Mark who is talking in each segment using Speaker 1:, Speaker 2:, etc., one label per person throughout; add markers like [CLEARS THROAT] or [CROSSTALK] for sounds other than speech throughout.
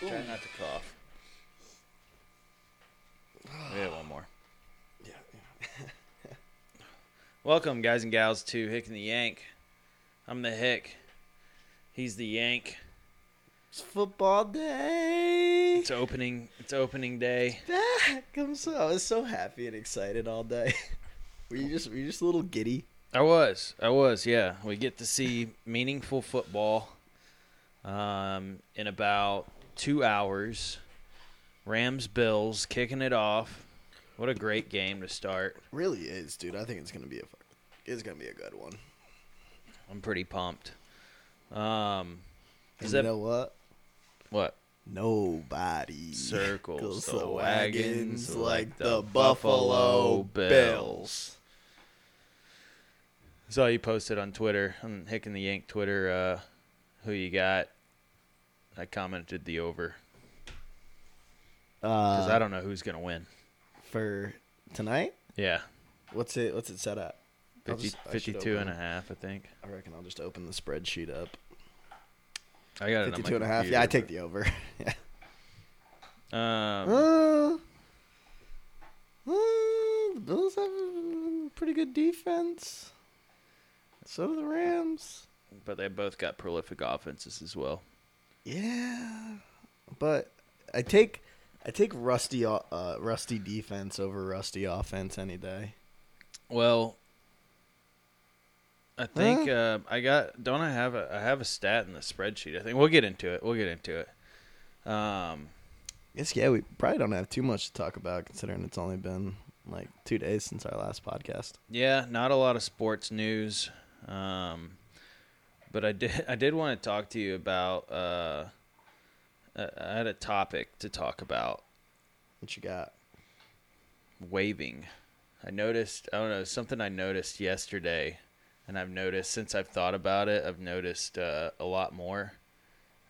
Speaker 1: trying not to cough. We have one more.
Speaker 2: Yeah.
Speaker 1: Welcome, guys and gals, to Hick and the Yank. I'm the Hick. He's the Yank.
Speaker 2: It's football day.
Speaker 1: It's opening. It's opening day.
Speaker 2: Back. [LAUGHS] I'm so I was so happy and excited
Speaker 1: [LAUGHS]
Speaker 2: all day. were you just were you just a little giddy?
Speaker 1: I was. I was. Yeah, we get to see meaningful football. Um, in about two hours, Rams Bills kicking it off. What a great game to start.
Speaker 2: Really is, dude. I think it's gonna be a fuck- it's gonna be a good one.
Speaker 1: I'm pretty pumped. Um,
Speaker 2: And
Speaker 1: that-
Speaker 2: you know what?
Speaker 1: what?
Speaker 2: Nobody
Speaker 1: Circles the wagons like
Speaker 2: like
Speaker 1: the
Speaker 2: the
Speaker 1: Buffalo
Speaker 2: Buffalo
Speaker 1: Bills.
Speaker 2: Bills.
Speaker 1: Saw you posted on Twitter, on Hick and the Yank Twitter, uh, who you got. I commented the over because
Speaker 2: Uh,
Speaker 1: I don't know who's gonna win.
Speaker 2: for tonight,
Speaker 1: Yeah,
Speaker 2: what's it? What's it set at? I'll
Speaker 1: 50,
Speaker 2: just- I should
Speaker 1: 52 and
Speaker 2: open-
Speaker 1: a half, I think.
Speaker 2: I reckon I'll just open the spreadsheet up.
Speaker 1: I got it.
Speaker 2: 52
Speaker 1: on my
Speaker 2: and a half.
Speaker 1: computer,
Speaker 2: Yeah, I take the over. [LAUGHS] yeah.
Speaker 1: but- Um,
Speaker 2: Uh, uh, the Bills have a pretty good defense. So do the Rams.
Speaker 1: but they both got prolific offenses as well.
Speaker 2: Yeah, but I take I take rusty o- uh, rusty defense over rusty offense any day.
Speaker 1: Well, I think uh, I got. Don't I have a? I have a stat in the spreadsheet. I think we'll get into it. We'll get into it. Um,
Speaker 2: Guess yeah, we probably don't have too much to talk about considering it's only been like two days since our last podcast.
Speaker 1: yeah, not a lot of sports news. Um, but I did. [LAUGHS] I did want to talk to you about. Uh, I I had a topic to talk about
Speaker 2: What you got?
Speaker 1: waving. I noticed, I don't know, something I noticed yesterday, and I've noticed since I've thought about it, I've noticed uh, a lot more.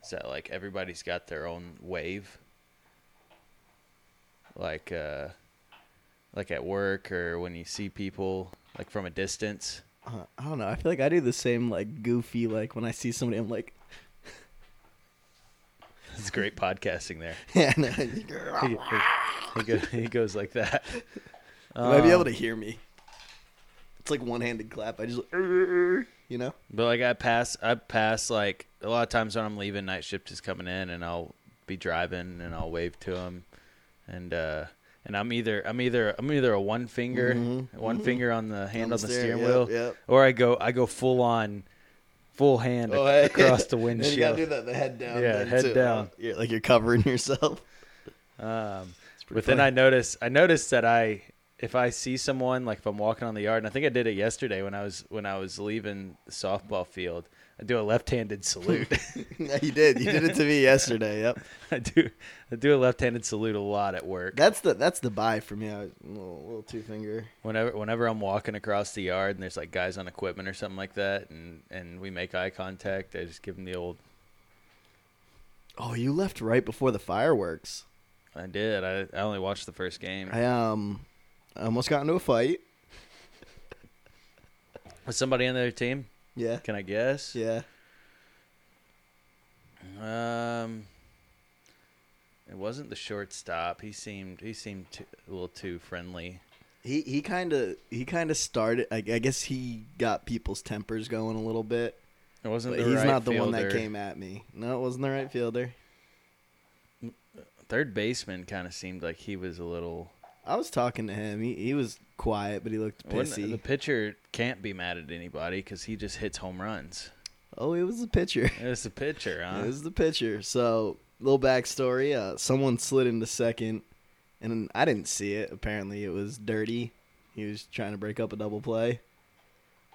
Speaker 1: Is that like everybody's got their own wave? Like, uh, like at work or when you see people like from a distance.
Speaker 2: Uh, I don't know. I feel like I do the same like goofy like when I see somebody, I'm like, [LAUGHS]
Speaker 1: It's great podcasting there.
Speaker 2: yeah, [LAUGHS] no, you
Speaker 1: He, he- he go- he goes like that.
Speaker 2: might be able to hear me. It's like one handed clap. I just, you know.
Speaker 1: But like I pass, I pass like a lot of times when I'm leaving, night shift is coming in, and I'll be driving, and I'll wave to him, and uh, and I'm either I'm either I'm either a one finger, one finger Mm-hmm. on the hand on the, steering
Speaker 2: yep,
Speaker 1: wheel,
Speaker 2: yep.
Speaker 1: or I go I go full on, full hand ac- across
Speaker 2: [LAUGHS]
Speaker 1: [LAUGHS] the
Speaker 2: Oh, you gotta do
Speaker 1: windshield.
Speaker 2: that. The head down.
Speaker 1: Yeah,
Speaker 2: thing,
Speaker 1: head
Speaker 2: too. Uh,
Speaker 1: down.
Speaker 2: You're, like you're covering [LAUGHS] yourself.
Speaker 1: Um,
Speaker 2: pretty
Speaker 1: but then
Speaker 2: funny.
Speaker 1: I notice I noticed that I if I see someone like if I'm walking on the yard, and I think I did it yesterday when I was when I was leaving the softball field, I do a left-handed
Speaker 2: [LAUGHS]
Speaker 1: salute. [LAUGHS]
Speaker 2: no, you did. You did it to [LAUGHS] me yesterday. Yep.
Speaker 1: I do I do a left-handed salute a lot at work.
Speaker 2: That's the that's the buy for me. I was a little, little two finger.
Speaker 1: Whenever whenever I'm walking across the yard and there's like guys on equipment or something like that and and we make eye contact, I just give them the old
Speaker 2: Oh, you left right before the fireworks.
Speaker 1: I did. I, I only watched the first game.
Speaker 2: I um, I almost got into a fight.
Speaker 1: Was somebody on the other team?
Speaker 2: Yeah.
Speaker 1: Can I guess?
Speaker 2: Yeah.
Speaker 1: Um it wasn't the shortstop. He seemed he seemed too, a little too friendly.
Speaker 2: He he kind of he kind of started. I, I guess he got people's tempers going a little bit.
Speaker 1: It wasn't
Speaker 2: But
Speaker 1: the
Speaker 2: he's
Speaker 1: right
Speaker 2: not the one that
Speaker 1: fielder.
Speaker 2: came at me. No, it wasn't the right fielder.
Speaker 1: Third baseman kind of seemed like he was a little
Speaker 2: I was talking to him. He he was quiet, but he looked
Speaker 1: Wouldn't-
Speaker 2: pissy.
Speaker 1: The pitcher can't be mad at anybody because he just hits home runs.
Speaker 2: oh, it was the pitcher.
Speaker 1: It was the pitcher, huh?
Speaker 2: It was the pitcher. So little backstory. Uh, someone slid into second, and I didn't see it. Apparently, it was dirty. He was trying to break up a double play.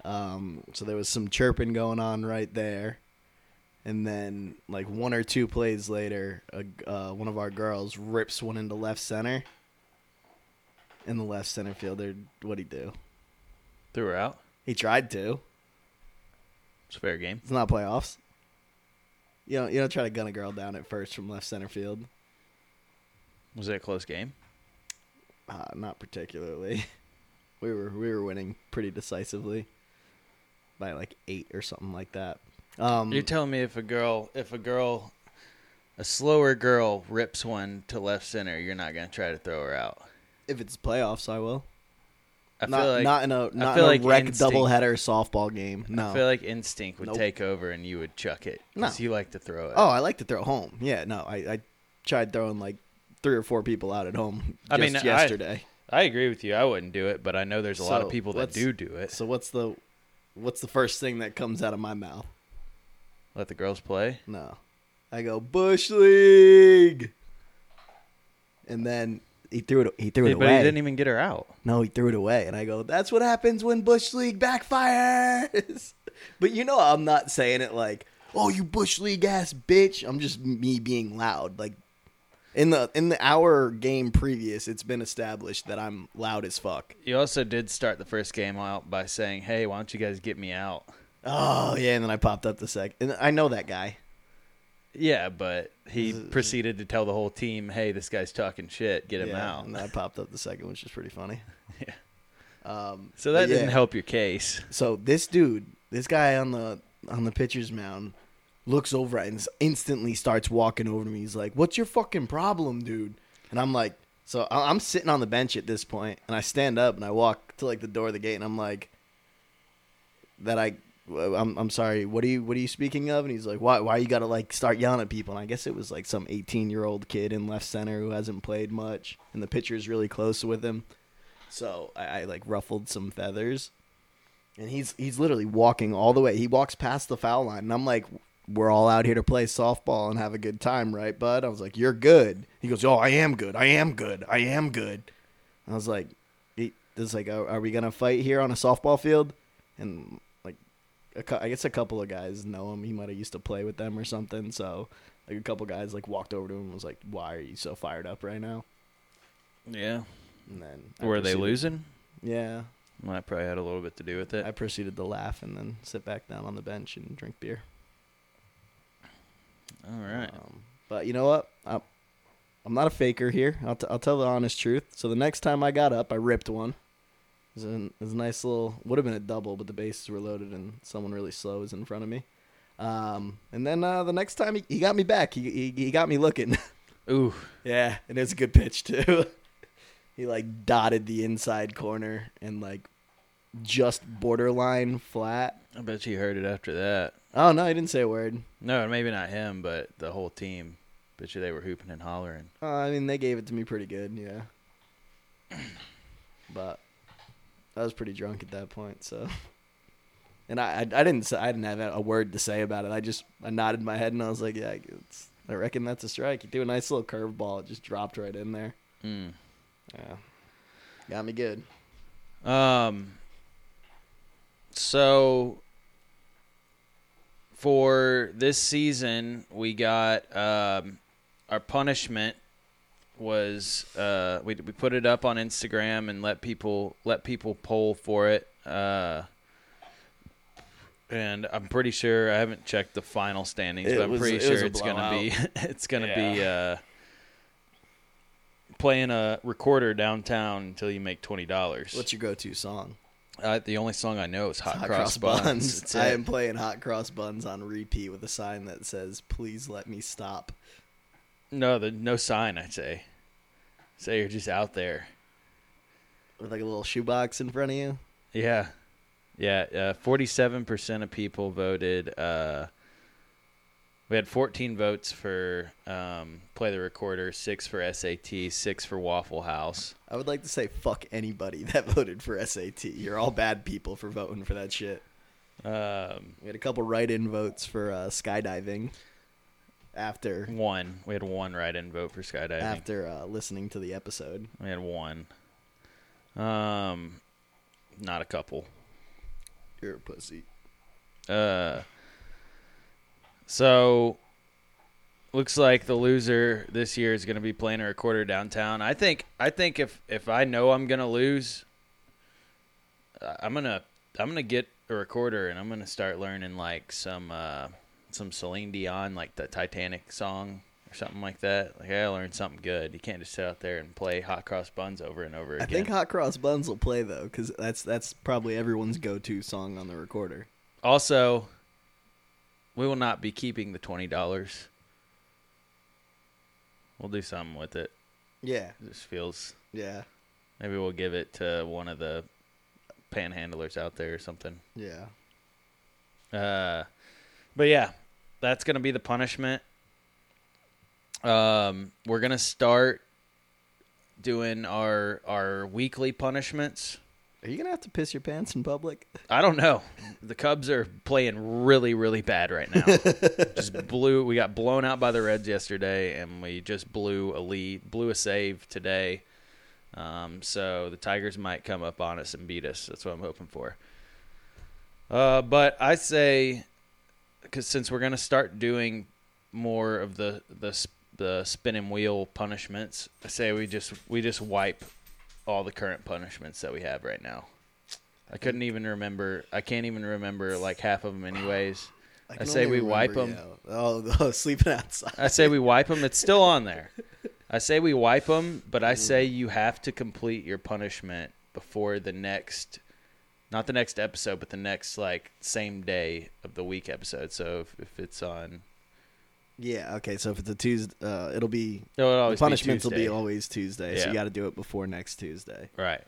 Speaker 2: Um, so there was some chirping going on right there. And then, like one or two plays later, a g uh, one of our girls rips one into left center. And the left center fielder, what'd he do?
Speaker 1: Threw her out.
Speaker 2: He tried to.
Speaker 1: It's a fair game.
Speaker 2: It's not playoffs. You don't you don't try to gun a girl down at first from left center field.
Speaker 1: Was it a close game?
Speaker 2: Uh, not particularly. [LAUGHS] We were we were winning pretty decisively by like eight or something like that. Um,
Speaker 1: You're telling me if a girl, if a girl a slower girl rips one to left center, you're not gonna try to throw her out.
Speaker 2: If it's playoffs, I will.
Speaker 1: I feel
Speaker 2: not,
Speaker 1: like
Speaker 2: not in a not in
Speaker 1: feel
Speaker 2: a
Speaker 1: like
Speaker 2: wreck
Speaker 1: instinct-
Speaker 2: doubleheader softball game. No.
Speaker 1: I feel like instinct would
Speaker 2: Nope.
Speaker 1: take over and you would chuck it
Speaker 2: No.
Speaker 1: because you like to throw it.
Speaker 2: oh, I like to throw home. Yeah, no, I, I tried throwing like three or four people out at home just
Speaker 1: I mean, I-
Speaker 2: yesterday.
Speaker 1: I agree with you. I wouldn't do it, but I know there's a lot of
Speaker 2: So,
Speaker 1: people that
Speaker 2: let's-
Speaker 1: do do it.
Speaker 2: So what's the what's the first thing that comes out of my mouth?
Speaker 1: Let the girls play.
Speaker 2: No. I go Bush League. And then he threw it he threw it
Speaker 1: Hey, but
Speaker 2: away.
Speaker 1: he didn't even get her out.
Speaker 2: no, he threw it away and I go, "That's what happens when Bush League backfires." [LAUGHS] but you know I'm not saying it like, "Oh, you Bush League ass bitch." I'm just me being loud. Like in the in the hour game previous, it's been established that I'm loud as fuck.
Speaker 1: You also did start the first game out by saying, "Hey, why don't you guys get me out?"
Speaker 2: Oh, yeah, and then I popped up the sec. And I know that guy.
Speaker 1: Yeah, but he proceeded to tell the whole team, "Hey, this guy's talking shit. Get him
Speaker 2: yeah,
Speaker 1: out."
Speaker 2: And I popped up the second, which is pretty funny.
Speaker 1: [LAUGHS] Yeah.
Speaker 2: Um,
Speaker 1: So that
Speaker 2: but yeah.
Speaker 1: didn't help your case.
Speaker 2: So this dude, this guy on the on the pitcher's mound, looks over at and s- instantly starts walking over to me. He's like, "What's your fucking problem, dude?" And I'm like, so I- I'm sitting on the bench at this point, and I stand up and I walk to like the door of the gate, and I'm like, that I. I'm I'm sorry. What are you What are you speaking of? And he's like, why Why you gotta like start yelling at people? And I guess it was like some 18 year old kid in left center who hasn't played much, and the pitcher's really close with him. So I, I like ruffled some feathers, and he's he's literally walking all the way. He walks past the foul line, and I'm like, "We're all out here to play softball and have a good time, right, bud?" I was like, "You're good." He goes, "Oh, I am good. I am good. I am good." And I was like, he, "This like, are, are we gonna fight here on a softball field?" And like, a cou- I guess a couple of guys know him. He might have used to play with them or something. So like a couple guys like walked over to him and was like, "Why are you so fired up right now?"
Speaker 1: Yeah.
Speaker 2: And then I
Speaker 1: Were they
Speaker 2: proceeded-
Speaker 1: losing?
Speaker 2: Yeah,
Speaker 1: Well, that probably had a little bit to do with it.
Speaker 2: I proceeded to laugh and then sit back down on the bench and drink beer.
Speaker 1: All right.
Speaker 2: Um, but you know what? I'm, I'm not a faker here. I'll, t- I'll tell the honest truth. So the next time I got up, I ripped one. It was, an, it was a nice little, would have been a double, but the bases were loaded and someone really slow was in front of me. Um, and then uh, the next time he, he got me back, he, he, he got me looking. [LAUGHS]
Speaker 1: Ooh.
Speaker 2: yeah, and it was a good pitch too. [LAUGHS] he like dotted the inside corner and like just borderline flat.
Speaker 1: I bet you heard it after that.
Speaker 2: Oh no, he didn't say a word.
Speaker 1: No, maybe not him, but the whole team. Bet you they were hooping and hollering.
Speaker 2: Uh, I mean, they gave it to me pretty good, yeah. [CLEARS THROAT] But I was pretty drunk at that point, so. And I, I, I didn't, say, I didn't have a word to say about it. I just, I nodded my head and I was like, yeah, it's, I reckon that's a strike. You do a nice little curveball, it just dropped right in there.
Speaker 1: Mm.
Speaker 2: Yeah, got me good.
Speaker 1: Um. So for this season, we got um, our punishment was uh, we we put it up on Instagram and let people let people poll for it. Uh, and I'm pretty sure I haven't checked the final standings,
Speaker 2: It
Speaker 1: but I'm
Speaker 2: was-
Speaker 1: pretty
Speaker 2: it was
Speaker 1: sure
Speaker 2: a
Speaker 1: it's gonna be [LAUGHS] it's gonna be uh, playing a recorder downtown until you make twenty dollars.
Speaker 2: What's your go-to song?
Speaker 1: Uh, the only song I know is Hot, Cross, Buns. That's
Speaker 2: I
Speaker 1: it.
Speaker 2: am playing hot cross buns on repeat with a sign that says, "Please let me stop."
Speaker 1: No, the no sign. I'd say. Say you're just out there.
Speaker 2: With like a little shoebox in front of you.
Speaker 1: Yeah, yeah. uh, Forty-seven percent of people voted. Uh, we had fourteen votes for um, play the recorder, six for SAT, six for Waffle House.
Speaker 2: I would like to say fuck anybody that [LAUGHS] voted for SAT. You're all bad people for voting for that shit.
Speaker 1: Um,
Speaker 2: We had a couple write-in votes for uh, skydiving after
Speaker 1: one. We had one write-in vote for skydiving.
Speaker 2: after uh, listening to the episode.
Speaker 1: We had one. Um, not a couple.
Speaker 2: You're a pussy.
Speaker 1: Uh, so looks like the loser this year is going to be playing a recorder downtown. I think I think if if I know I'm going to lose, uh, I'm gonna I'm gonna get a recorder and I'm gonna start learning like some uh, some Celine Dion like the Titanic song. Or something like that. Like I gotta learn something good. You can't just sit out there and play hot cross buns over and over
Speaker 2: I
Speaker 1: again.
Speaker 2: think Hot Cross Buns will play though, because that's that's probably everyone's go-to song on the recorder.
Speaker 1: Also, we will not be keeping the twenty dollars. We'll do something with it.
Speaker 2: Yeah,
Speaker 1: It just feels.
Speaker 2: yeah,
Speaker 1: Maybe we'll give it to one of the panhandlers out there or something.
Speaker 2: yeah.
Speaker 1: Uh, but yeah, that's gonna be the punishment. Um, we're gonna start doing our our weekly punishments.
Speaker 2: Are you gonna have to piss your pants in public?
Speaker 1: I don't know. The Cubs are playing really, really bad right now. just blew. We got blown out by the Reds yesterday, and we just blew a lead, blew a save today. Um, so the Tigers might come up on us and beat us. That's what I'm hoping for. Uh, but I say, because since we're gonna start doing more of the the s- the spin and wheel punishments, I say we just we just wipe all the current punishments that we have right now. I couldn't even remember. I can't even remember like half of them, anyways. I,
Speaker 2: can
Speaker 1: say
Speaker 2: only
Speaker 1: we wipe them.
Speaker 2: remember, yeah. Oh, [LAUGHS] oh, sleeping outside.
Speaker 1: I say we wipe them. It's still on [LAUGHS] there. I say we wipe them, but I say you have to complete your punishment before the next, not the next episode, but the next like same day of the week episode. So if, if it's on,
Speaker 2: Yeah. Okay. So if it's a Tuesday, uh, it'll be
Speaker 1: no, it
Speaker 2: the
Speaker 1: always
Speaker 2: punishments
Speaker 1: be
Speaker 2: will be
Speaker 1: Tuesday.
Speaker 2: always Tuesday. So
Speaker 1: Yeah.
Speaker 2: you got to do it before next Tuesday.
Speaker 1: right.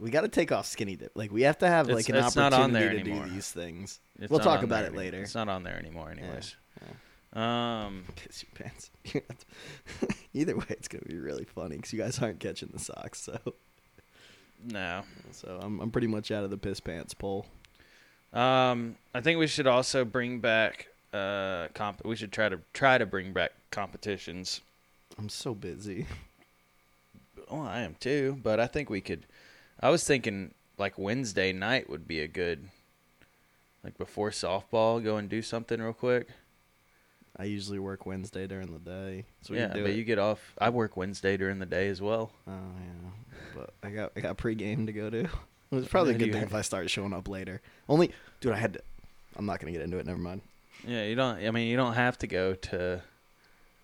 Speaker 2: We got to take off skinny dip. Like we have to have
Speaker 1: It's-
Speaker 2: like an
Speaker 1: it's not
Speaker 2: opportunity
Speaker 1: on there
Speaker 2: to
Speaker 1: anymore.
Speaker 2: do these things.
Speaker 1: It's
Speaker 2: we'll
Speaker 1: not
Speaker 2: talk
Speaker 1: on
Speaker 2: about
Speaker 1: there
Speaker 2: it
Speaker 1: any-
Speaker 2: later. [LAUGHS]
Speaker 1: It's not on there anymore, anyways. Um,
Speaker 2: Piss your pants. You have to- [LAUGHS] Either way, it's gonna be really funny because you guys aren't catching the socks. So,
Speaker 1: no.
Speaker 2: so I'm I'm pretty much out of the piss pants poll.
Speaker 1: Um, I think we should also bring back uh comp. We should try to try to bring back competitions.
Speaker 2: I'm so busy.
Speaker 1: Oh, I am too, but I think we could. I was thinking like Wednesday night would be a good, like before softball, go and do something real quick.
Speaker 2: I usually work Wednesday during the day. So we
Speaker 1: yeah,
Speaker 2: can do
Speaker 1: but
Speaker 2: it.
Speaker 1: you get off. I work Wednesday during the day as well.
Speaker 2: Oh yeah, but I got I got pregame to go to. [LAUGHS] It was probably a
Speaker 1: Yeah,
Speaker 2: good
Speaker 1: you
Speaker 2: thing
Speaker 1: had-
Speaker 2: if I started showing up later. Only, dude, I had to. I'm not gonna get into it. Never mind.
Speaker 1: Yeah, you don't. I mean, you don't have to go to.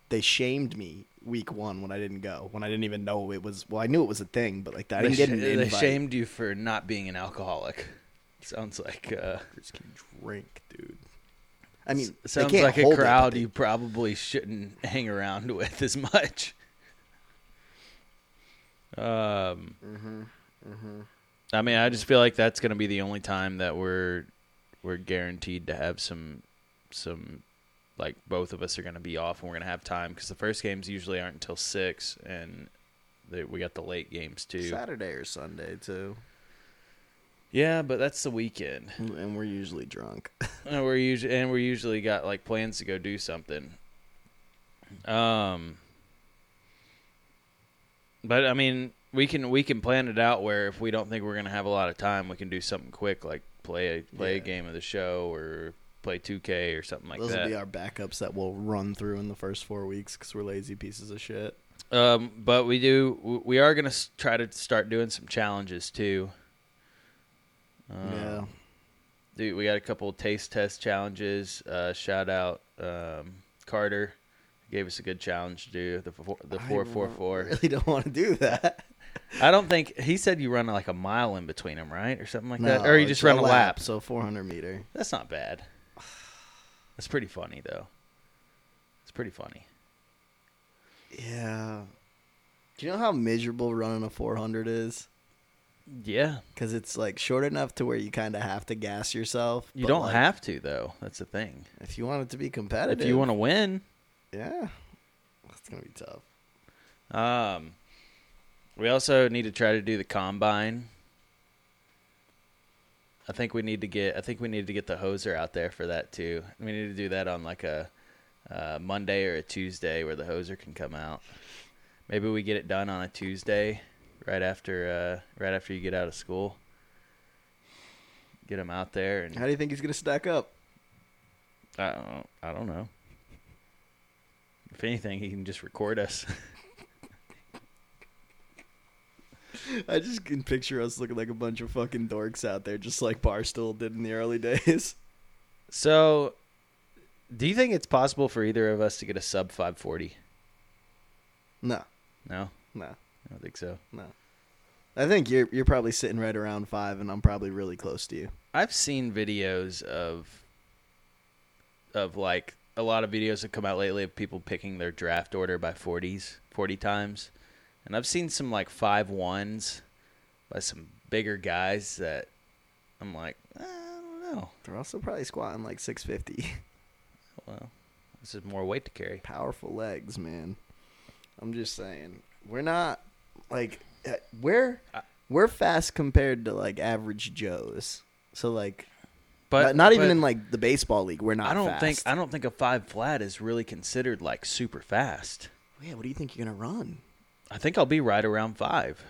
Speaker 2: They shamed me week one when I didn't go. When I didn't even know it was. Well, I knew it was a thing, but like I
Speaker 1: they,
Speaker 2: didn't get an
Speaker 1: sh-
Speaker 2: invite.
Speaker 1: they shamed you for not being an alcoholic. [LAUGHS] Sounds like. Uh,
Speaker 2: Just can drink, dude. I mean,
Speaker 1: s-
Speaker 2: they
Speaker 1: sounds
Speaker 2: can't
Speaker 1: like a
Speaker 2: hold it, but
Speaker 1: crowd
Speaker 2: they- [LAUGHS]
Speaker 1: you probably shouldn't hang around [LAUGHS] with as much. Um,
Speaker 2: Mm-hmm,
Speaker 1: I mean, I just feel like that's going to be the only time that we're we're guaranteed to have some some like both of us are going to be off and we're going to have time because the first games usually aren't until six and they, we got the late games too.
Speaker 2: Saturday or Sunday too,
Speaker 1: Yeah, but that's the weekend.
Speaker 2: and we're usually drunk. [LAUGHS]
Speaker 1: And we're usually and we're usually got like plans to go do something. Um, but I mean, we can we can plan it out where if we don't think we're gonna have a lot of time, we can do something quick like play a, play a
Speaker 2: Yeah.
Speaker 1: game of the show or play 2K or something like
Speaker 2: Those will
Speaker 1: that.
Speaker 2: be our backups that we'll run through in the first four weeks because we're lazy pieces of shit.
Speaker 1: Um, but we do w- we are gonna s- try to start doing some challenges too. Um, [LAUGHS]
Speaker 2: yeah. [LAUGHS]
Speaker 1: Dude, we got a couple of taste test challenges. Uh, shout out um, Carter gave us a good challenge to do the four, the
Speaker 2: I
Speaker 1: four four four.
Speaker 2: [LAUGHS] really don't want to do that.
Speaker 1: I don't think he said you run like a mile in between them, right, or something like that, or you
Speaker 2: it's
Speaker 1: just run a lap.
Speaker 2: So 400 meter.
Speaker 1: That's not bad. That's pretty funny though. It's pretty funny.
Speaker 2: Yeah. Do you know how miserable running a 400 is?
Speaker 1: Yeah,
Speaker 2: Because it's like short enough to where you kind of have to gas yourself.
Speaker 1: you
Speaker 2: but,
Speaker 1: don't
Speaker 2: like,
Speaker 1: have to though. That's the thing.
Speaker 2: If you want it to be
Speaker 1: If
Speaker 2: competitive,
Speaker 1: you want to win,
Speaker 2: to, yeah, that's gonna be tough.
Speaker 1: um, we also need to try to do the combine. I think we need to get. I think we need to get the hoser out there for that too. We need to do that on like a uh, Monday or a Tuesday where the hoser can come out. Maybe we get it done on a Tuesday, right after uh, right after you get out of school. Get him out there, and
Speaker 2: How do you think he's gonna stack up?
Speaker 1: I don't, I don't know. If anything, he can just record us.
Speaker 2: I just can picture us looking like a bunch of fucking dorks out there, just like Barstool did in the early [LAUGHS] days.
Speaker 1: So, do you think it's possible for either of us to get a sub 540?
Speaker 2: No,
Speaker 1: No,
Speaker 2: no,
Speaker 1: I don't think so.
Speaker 2: no. I think you're you're probably sitting right around five, and I'm probably really close to you.
Speaker 1: I've seen videos of of like a lot of videos have come out lately of people picking their draft order by 40s, 40 times. And I've seen some like five ones by some bigger guys that I'm like, "Eh, I don't know.
Speaker 2: They're also probably squatting like 650. [LAUGHS]
Speaker 1: Well, this is more weight to carry.
Speaker 2: Powerful legs, man. I'm just saying, we're not like uh, we're we're fast compared to like average Joes. So like,
Speaker 1: But
Speaker 2: not, not even
Speaker 1: but
Speaker 2: in like the baseball league, we're not.
Speaker 1: I don't think
Speaker 2: fast.
Speaker 1: I don't think a five flat is really considered like super fast.
Speaker 2: Yeah, what do you think you're gonna run?
Speaker 1: I think I'll be right around five.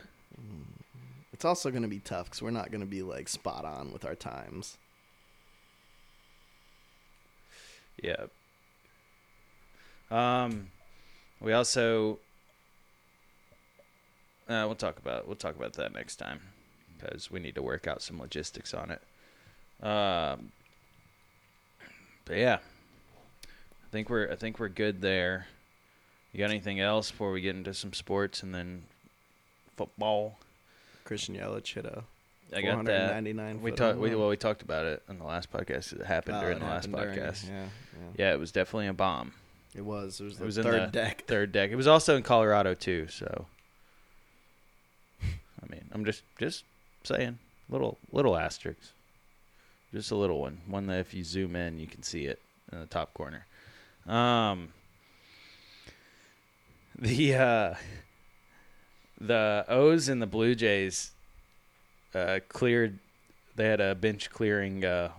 Speaker 2: It's also gonna be tough because we're not gonna be like spot on with our times.
Speaker 1: Yeah. Um, we also uh, we'll talk about we'll talk about that next time because we need to work out some logistics on it. Um, but yeah, I think we're I think we're good there. You got anything else before we get into some sports and then football?
Speaker 2: Christian Yelich hit a
Speaker 1: I got that.
Speaker 2: 499
Speaker 1: We
Speaker 2: foot
Speaker 1: talked.
Speaker 2: home
Speaker 1: We,
Speaker 2: run.
Speaker 1: well, we talked about it in the last podcast. It happened
Speaker 2: Oh,
Speaker 1: during
Speaker 2: it
Speaker 1: the last
Speaker 2: happened during-
Speaker 1: podcast.
Speaker 2: yeah, yeah.
Speaker 1: yeah, it was definitely a bomb.
Speaker 2: It was. It was the
Speaker 1: It was in the
Speaker 2: third deck. [LAUGHS]
Speaker 1: Third deck. It was also in Colorado too. So, I mean, I'm just just saying little little asterisks, just a little one, one that if you zoom in, you can see it in the top corner. Um, the uh, the O's and the Blue Jays uh, cleared. They had a bench clearing uh,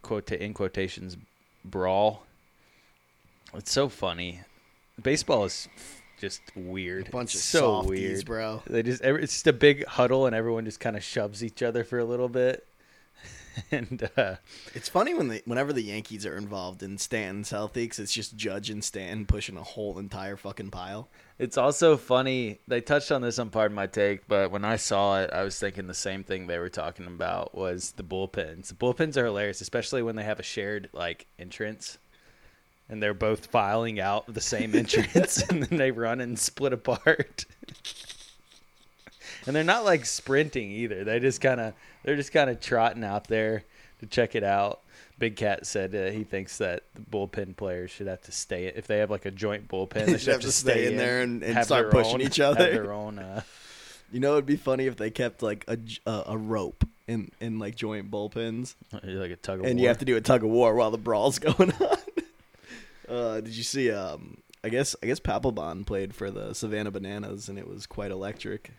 Speaker 1: quote in quotations brawl. It's so funny. Baseball is just weird.
Speaker 2: A bunch of
Speaker 1: It's so
Speaker 2: softies,
Speaker 1: weird,
Speaker 2: bro.
Speaker 1: They just every- it's just a big huddle, and everyone just kind of shoves each other for a little bit. [LAUGHS] and uh,
Speaker 2: It's funny when they, whenever the Yankees are involved in Stanton's healthy, 'cause it's just Judge and Stanton pushing a whole entire fucking pile.
Speaker 1: It's also funny. They touched on this on Pardon My Take, but when I saw it, I was thinking the same thing they were talking about was the bullpens. The bullpens are hilarious, especially when they have a shared like entrance, and they're both filing out the same [LAUGHS] entrance, and then they run and split apart. and they're not like sprinting either. They just kind of they're just kind of trotting out there to check it out. Big Cat said uh, he thinks that the bullpen players should have to stay if they have like a joint bullpen.
Speaker 2: [LAUGHS]
Speaker 1: They should have, to stay, in
Speaker 2: there and- and
Speaker 1: have
Speaker 2: start
Speaker 1: their
Speaker 2: pushing
Speaker 1: own-
Speaker 2: each other.
Speaker 1: Have their own. [LAUGHS] Uh,
Speaker 2: You know, it'd be funny if they kept like a, j- a, a rope in, in like joint bullpens,
Speaker 1: like a tug of
Speaker 2: and
Speaker 1: war.
Speaker 2: you have to do a tug of war while the brawl's [LAUGHS] going on. uh, did you see? Um, I guess I guess Papelbon played for the Savannah Bananas, and it was quite electric.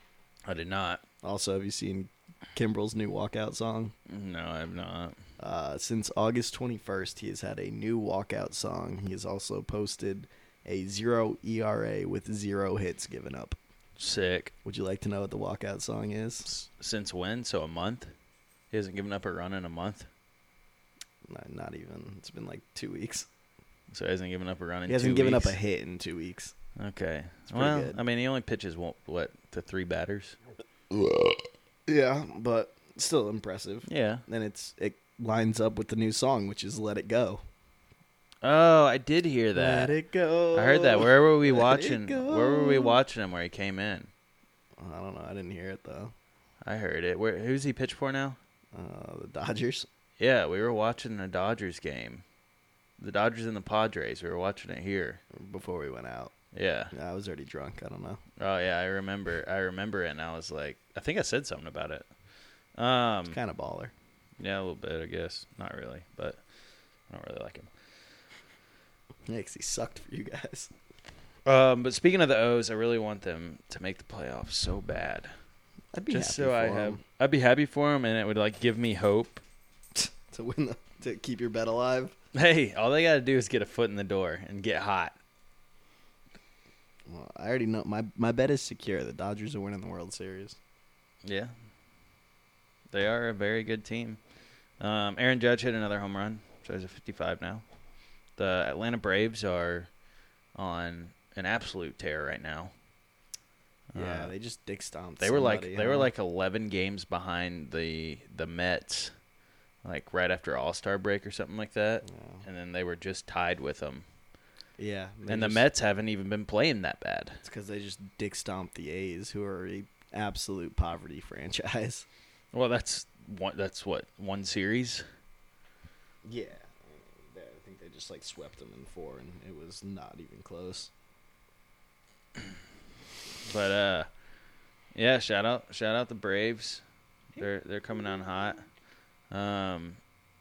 Speaker 1: I did not.
Speaker 2: Also, have you seen Kimbrel's new walkout song?
Speaker 1: No, I'm not.
Speaker 2: Uh, since August 21st, he has had a new walkout song. He has also posted a zero ERA with zero hits given up.
Speaker 1: Sick.
Speaker 2: Would you like to know what the walkout song is?
Speaker 1: S- Since when? So a month. He hasn't given up a run in a month.
Speaker 2: Not, not even. It's been like two weeks.
Speaker 1: So he hasn't given up a run in.
Speaker 2: He hasn't
Speaker 1: two
Speaker 2: given up a
Speaker 1: weeks?
Speaker 2: hit in two weeks.
Speaker 1: Okay.
Speaker 2: pretty
Speaker 1: Well,
Speaker 2: good.
Speaker 1: I mean, he only pitches one, what to three batters.
Speaker 2: Yeah, but still impressive.
Speaker 1: Yeah.
Speaker 2: And it's it lines up with the new song, which is "Let It Go."
Speaker 1: Oh, I did hear that.
Speaker 2: Let it go.
Speaker 1: I heard that. Where were we
Speaker 2: Let it
Speaker 1: watching? Where were we
Speaker 2: go.
Speaker 1: watching him? Where he came in?
Speaker 2: I don't know. I didn't hear it though.
Speaker 1: I heard it. Where? Who's he pitch for now?
Speaker 2: Uh, the Dodgers.
Speaker 1: Yeah, we were watching a Dodgers game. The Dodgers and the Padres. We were watching it here.
Speaker 2: Before we went out,
Speaker 1: Yeah.
Speaker 2: I was already drunk. I don't know.
Speaker 1: Oh yeah, I remember. I remember it, and I was like, I think I said something about it. Um,
Speaker 2: Kind of baller.
Speaker 1: yeah, a little bit, I guess. Not really, but I don't really like him.
Speaker 2: Yeah, 'cause he sucked for you guys.
Speaker 1: Um, but speaking of the O's, I really want them to make the playoffs so bad.
Speaker 2: I'd be
Speaker 1: Just
Speaker 2: happy
Speaker 1: so I
Speaker 2: for
Speaker 1: have,
Speaker 2: him
Speaker 1: I'd be happy for them, and it would like give me hope.
Speaker 2: to win the to keep your bet alive.
Speaker 1: Hey, all they got to do is get a foot in the door and get hot.
Speaker 2: Well, I already know my my bet is secure. The Dodgers are winning the World Series.
Speaker 1: Yeah, they are a very good team. Um, Aaron Judge hit another home run, so he's at 55 now. The Atlanta Braves are on an absolute tear right now.
Speaker 2: Yeah,
Speaker 1: Uh,
Speaker 2: they just dick stomped.
Speaker 1: They were like
Speaker 2: somebody,
Speaker 1: they were
Speaker 2: huh?
Speaker 1: like 11 games behind the the Mets, like right after All Star break or something like that,
Speaker 2: Yeah.
Speaker 1: and then they were just tied with them.
Speaker 2: yeah,
Speaker 1: and the Mets haven't even been playing that bad.
Speaker 2: because they just dick stomped the A's, who are a absolute poverty [LAUGHS] franchise.
Speaker 1: Well, that's one. That's what one series.
Speaker 2: Yeah, I think they just like swept them in four, and it was not even close.
Speaker 1: But uh, yeah, shout out shout out the Braves. They're they're coming on hot. Um,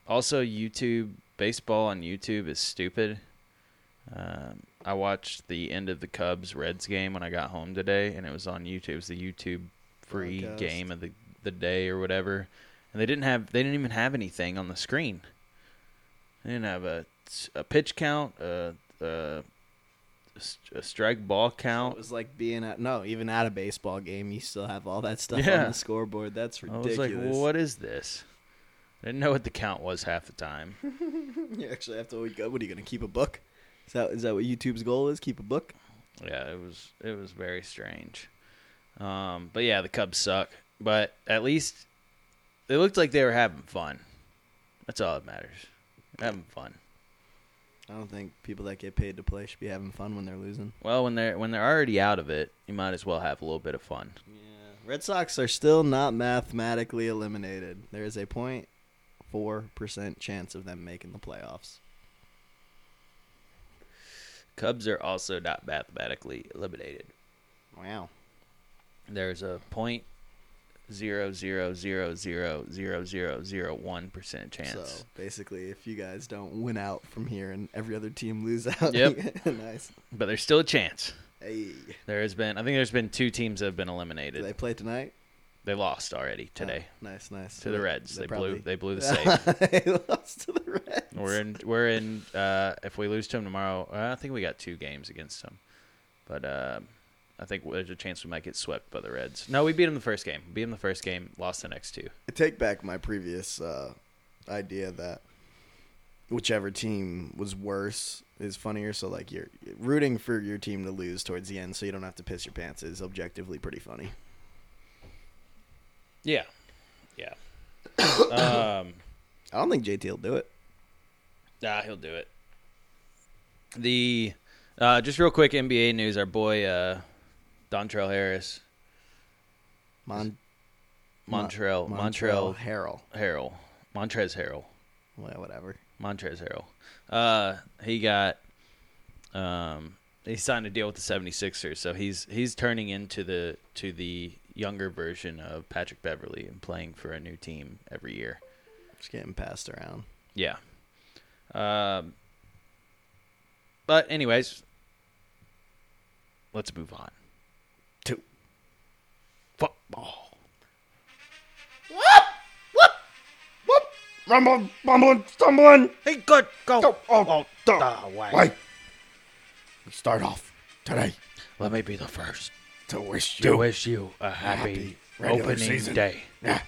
Speaker 1: also YouTube baseball on YouTube is stupid. Um, I watched the end of the Cubs Reds game when I got home today, and it was on YouTube. It was the YouTube free
Speaker 2: Broadcast.
Speaker 1: game of the the day or whatever. And they didn't have they didn't even have anything on the screen. They didn't have a a pitch count, a, a, a strike ball count.
Speaker 2: It was like being at no, even at a baseball game, you still have all that stuff
Speaker 1: Yeah.
Speaker 2: on the scoreboard. That's
Speaker 1: I
Speaker 2: ridiculous.
Speaker 1: was like, well, what is this? I didn't know what the count was half the
Speaker 2: [LAUGHS]
Speaker 1: time.
Speaker 2: You actually have to. wake up. What are you gonna keep a book? Is that is that what YouTube's goal is? Keep a book.
Speaker 1: yeah, it was it was very strange. Um, but yeah, the Cubs suck. But at least it looked like they were having fun. That's all that matters. Having fun.
Speaker 2: I don't think people that get paid to play should be having fun when they're losing.
Speaker 1: Well, when they're when they're already out of it, you might as well have a little bit of fun.
Speaker 2: Yeah. Red Sox are still not mathematically eliminated. There is a 0.4% chance of them making the playoffs.
Speaker 1: Cubs are also not mathematically eliminated.
Speaker 2: Wow.
Speaker 1: There's a point zero zero zero zero zero zero zero one percent chance.
Speaker 2: So basically, if you guys don't win out from here and every other team lose out,
Speaker 1: Yep.
Speaker 2: [LAUGHS] nice.
Speaker 1: But there's still a chance.
Speaker 2: Hey,
Speaker 1: There has been, I think there's been two teams that have been
Speaker 2: do
Speaker 1: eliminated.
Speaker 2: they
Speaker 1: They,
Speaker 2: play tonight?
Speaker 1: lost already today
Speaker 2: Oh, nice, nice.
Speaker 1: to the Reds. They, blew,
Speaker 2: probably-
Speaker 1: they
Speaker 2: [LAUGHS]
Speaker 1: blew the save.
Speaker 2: they lost to the Reds.
Speaker 1: we're in, we're in. Uh, if we lose to them tomorrow, uh, I think we got two games against them. But uh, I think there's a chance we might get swept by the Reds. No, we beat them the first game. Beat them the first game. Lost the next two.
Speaker 2: I take back my previous uh, idea that whichever team was worse is funnier. So like you're rooting for your team to lose towards the end, so you don't have to piss your pants is objectively pretty funny.
Speaker 1: Yeah, yeah. um,
Speaker 2: I don't think JT will do it.
Speaker 1: Ah, he'll do it. The uh, just real quick NBA news. Our boy uh, Dontrell Harris,
Speaker 2: Mon- Mon-
Speaker 1: Montrell, Montrell
Speaker 2: Harrell.
Speaker 1: Harrell, Montrez Harrell,
Speaker 2: Well, whatever.
Speaker 1: Montrez Harrell. Uh, he got um, he signed a deal with the 76ers, so he's he's turning into the to the younger version of Patrick Beverly and playing for a new team every year.
Speaker 2: Just getting passed around.
Speaker 1: Yeah. Um, but anyways, let's move on to
Speaker 3: Oh.
Speaker 1: football.
Speaker 3: Rumbling, bumbling, stumbling.
Speaker 1: Hey, good go.
Speaker 3: Oh, oh, oh, the way. We start off today
Speaker 1: Let me be the first
Speaker 3: to wish
Speaker 1: to
Speaker 3: you
Speaker 1: wish you a happy,
Speaker 3: happy regular
Speaker 1: opening
Speaker 3: season.
Speaker 1: day.
Speaker 3: Yeah.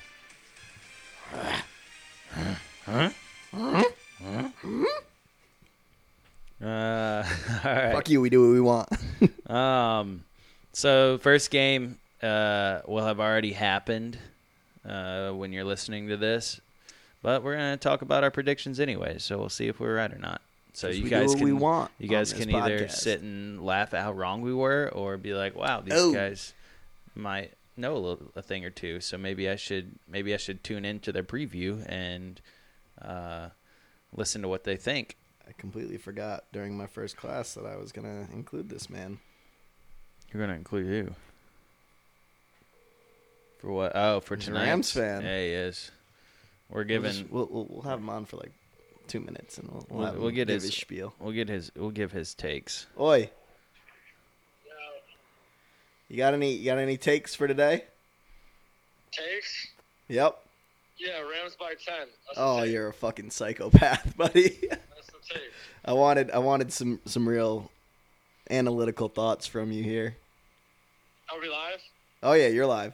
Speaker 1: Uh, all right.
Speaker 2: Fuck you. We do what we want. [LAUGHS]
Speaker 1: Um, so first game uh, will have already happened uh, when you're listening to this, but we're gonna talk about our predictions anyway. So we'll see if we're right or not. So
Speaker 2: 'Cause
Speaker 1: you
Speaker 2: we do
Speaker 1: guys
Speaker 2: what
Speaker 1: can
Speaker 2: we want
Speaker 1: you
Speaker 2: on
Speaker 1: guys
Speaker 2: this
Speaker 1: can either
Speaker 2: podcast.
Speaker 1: sit and laugh at how wrong we were, or be like, "Wow, these
Speaker 2: Oh.
Speaker 1: guys might know a, little, a thing or two." So maybe I should maybe I should tune into their preview and uh, listen to what they think.
Speaker 2: I completely forgot during my first class that I was gonna include this man.
Speaker 1: You're gonna include who? For what? Oh, for
Speaker 2: He's a
Speaker 1: tonight.
Speaker 2: Rams fan.
Speaker 1: Yeah, he is. We're
Speaker 2: We'll
Speaker 1: giving.
Speaker 2: just- We'll, we'll, we'll have him on for like two minutes, and we'll, we'll,
Speaker 1: We'll-
Speaker 2: have him
Speaker 1: we'll get
Speaker 2: give
Speaker 1: his-
Speaker 2: his spiel.
Speaker 1: we'll get his. We'll give his takes.
Speaker 2: Oi. You got any you got any takes for today?
Speaker 4: Takes?
Speaker 2: Yep.
Speaker 4: Yeah, Rams by 10. That's the
Speaker 2: Oh,
Speaker 4: take.
Speaker 2: you're a fucking psychopath, [LAUGHS] buddy.
Speaker 4: That's the take.
Speaker 2: I wanted I wanted some some real analytical thoughts from you here.
Speaker 4: Are we live?
Speaker 2: Oh yeah, you're live.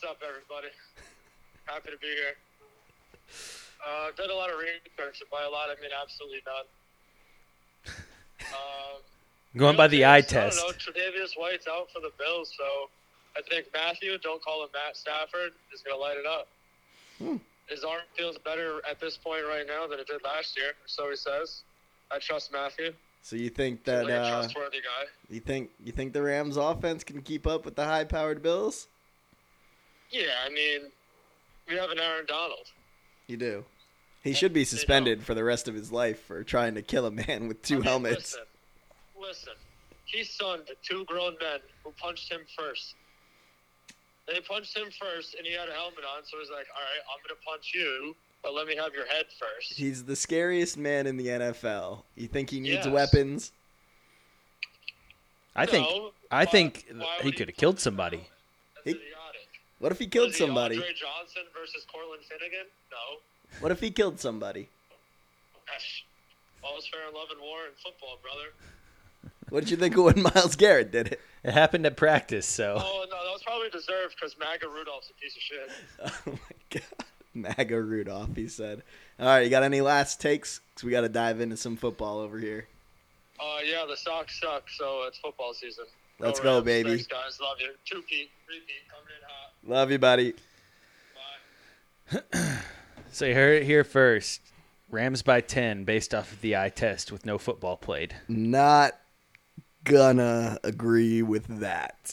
Speaker 4: What's up,
Speaker 2: [LAUGHS]
Speaker 4: everybody? Happy to be here. Uh, did a lot of research, and by a lot, I mean absolutely none.
Speaker 2: [LAUGHS]
Speaker 4: Um,
Speaker 1: Going by the
Speaker 4: Bills,
Speaker 1: eye
Speaker 4: I
Speaker 1: test.
Speaker 4: don't know. Tre'Davious White's out for the Bills, so I think Matthew, don't call him Matt Stafford, is going to light it up.
Speaker 2: Hmm.
Speaker 4: His arm feels better at this point right now than it did last year, so he says. I trust Matthew.
Speaker 2: So you think
Speaker 4: He's
Speaker 2: that
Speaker 4: like a
Speaker 2: uh,
Speaker 4: trustworthy guy.
Speaker 2: you think you think the Rams offense can keep up with the high powered Bills?
Speaker 4: Yeah, I mean, we have an Aaron Donald.
Speaker 2: You do. He should be suspended for the rest of his life for trying to kill a man with two
Speaker 4: I mean,
Speaker 2: helmets.
Speaker 4: Listen, listen, he sunned two grown men who punched him first. They punched him first, and he had a helmet on, so he's like, "All right, I'm gonna punch you, but let me have your head first.
Speaker 2: He's the scariest man in the NFL. You think he needs
Speaker 4: Yes.
Speaker 2: weapons?
Speaker 1: I think
Speaker 4: No,
Speaker 1: I
Speaker 4: why-
Speaker 1: think
Speaker 4: why would
Speaker 1: he
Speaker 4: he
Speaker 1: could have
Speaker 4: punch
Speaker 1: killed
Speaker 4: him?
Speaker 1: somebody.
Speaker 4: That's
Speaker 2: He-
Speaker 4: idiotic.
Speaker 2: What if he killed
Speaker 4: Was he
Speaker 2: somebody?
Speaker 4: Andre Johnson versus Cortland Finnegan? No.
Speaker 2: What if he killed somebody?
Speaker 4: Gosh. All's fair in love and war and football, brother.
Speaker 2: What did you think of when [LAUGHS] Miles Garrett did it?
Speaker 1: It happened at practice, so
Speaker 4: Oh no, that was probably deserved because MAGA Rudolph's a piece of shit.
Speaker 2: Oh my god. MAGA Rudolph, he said. All right, you got any last takes? 'Cause we got to dive into some football over here.
Speaker 4: Uh, yeah, the Sox suck, so it's football season.
Speaker 2: Let's go,
Speaker 4: Rams.
Speaker 2: baby.
Speaker 4: Thanks, guys. Love you. Two peat, three peat, coming in hot.
Speaker 2: Love you, buddy.
Speaker 4: Bye.
Speaker 1: so you heard it here first. Rams by ten, based off of the eye test with no football played.
Speaker 2: Not gonna agree with that.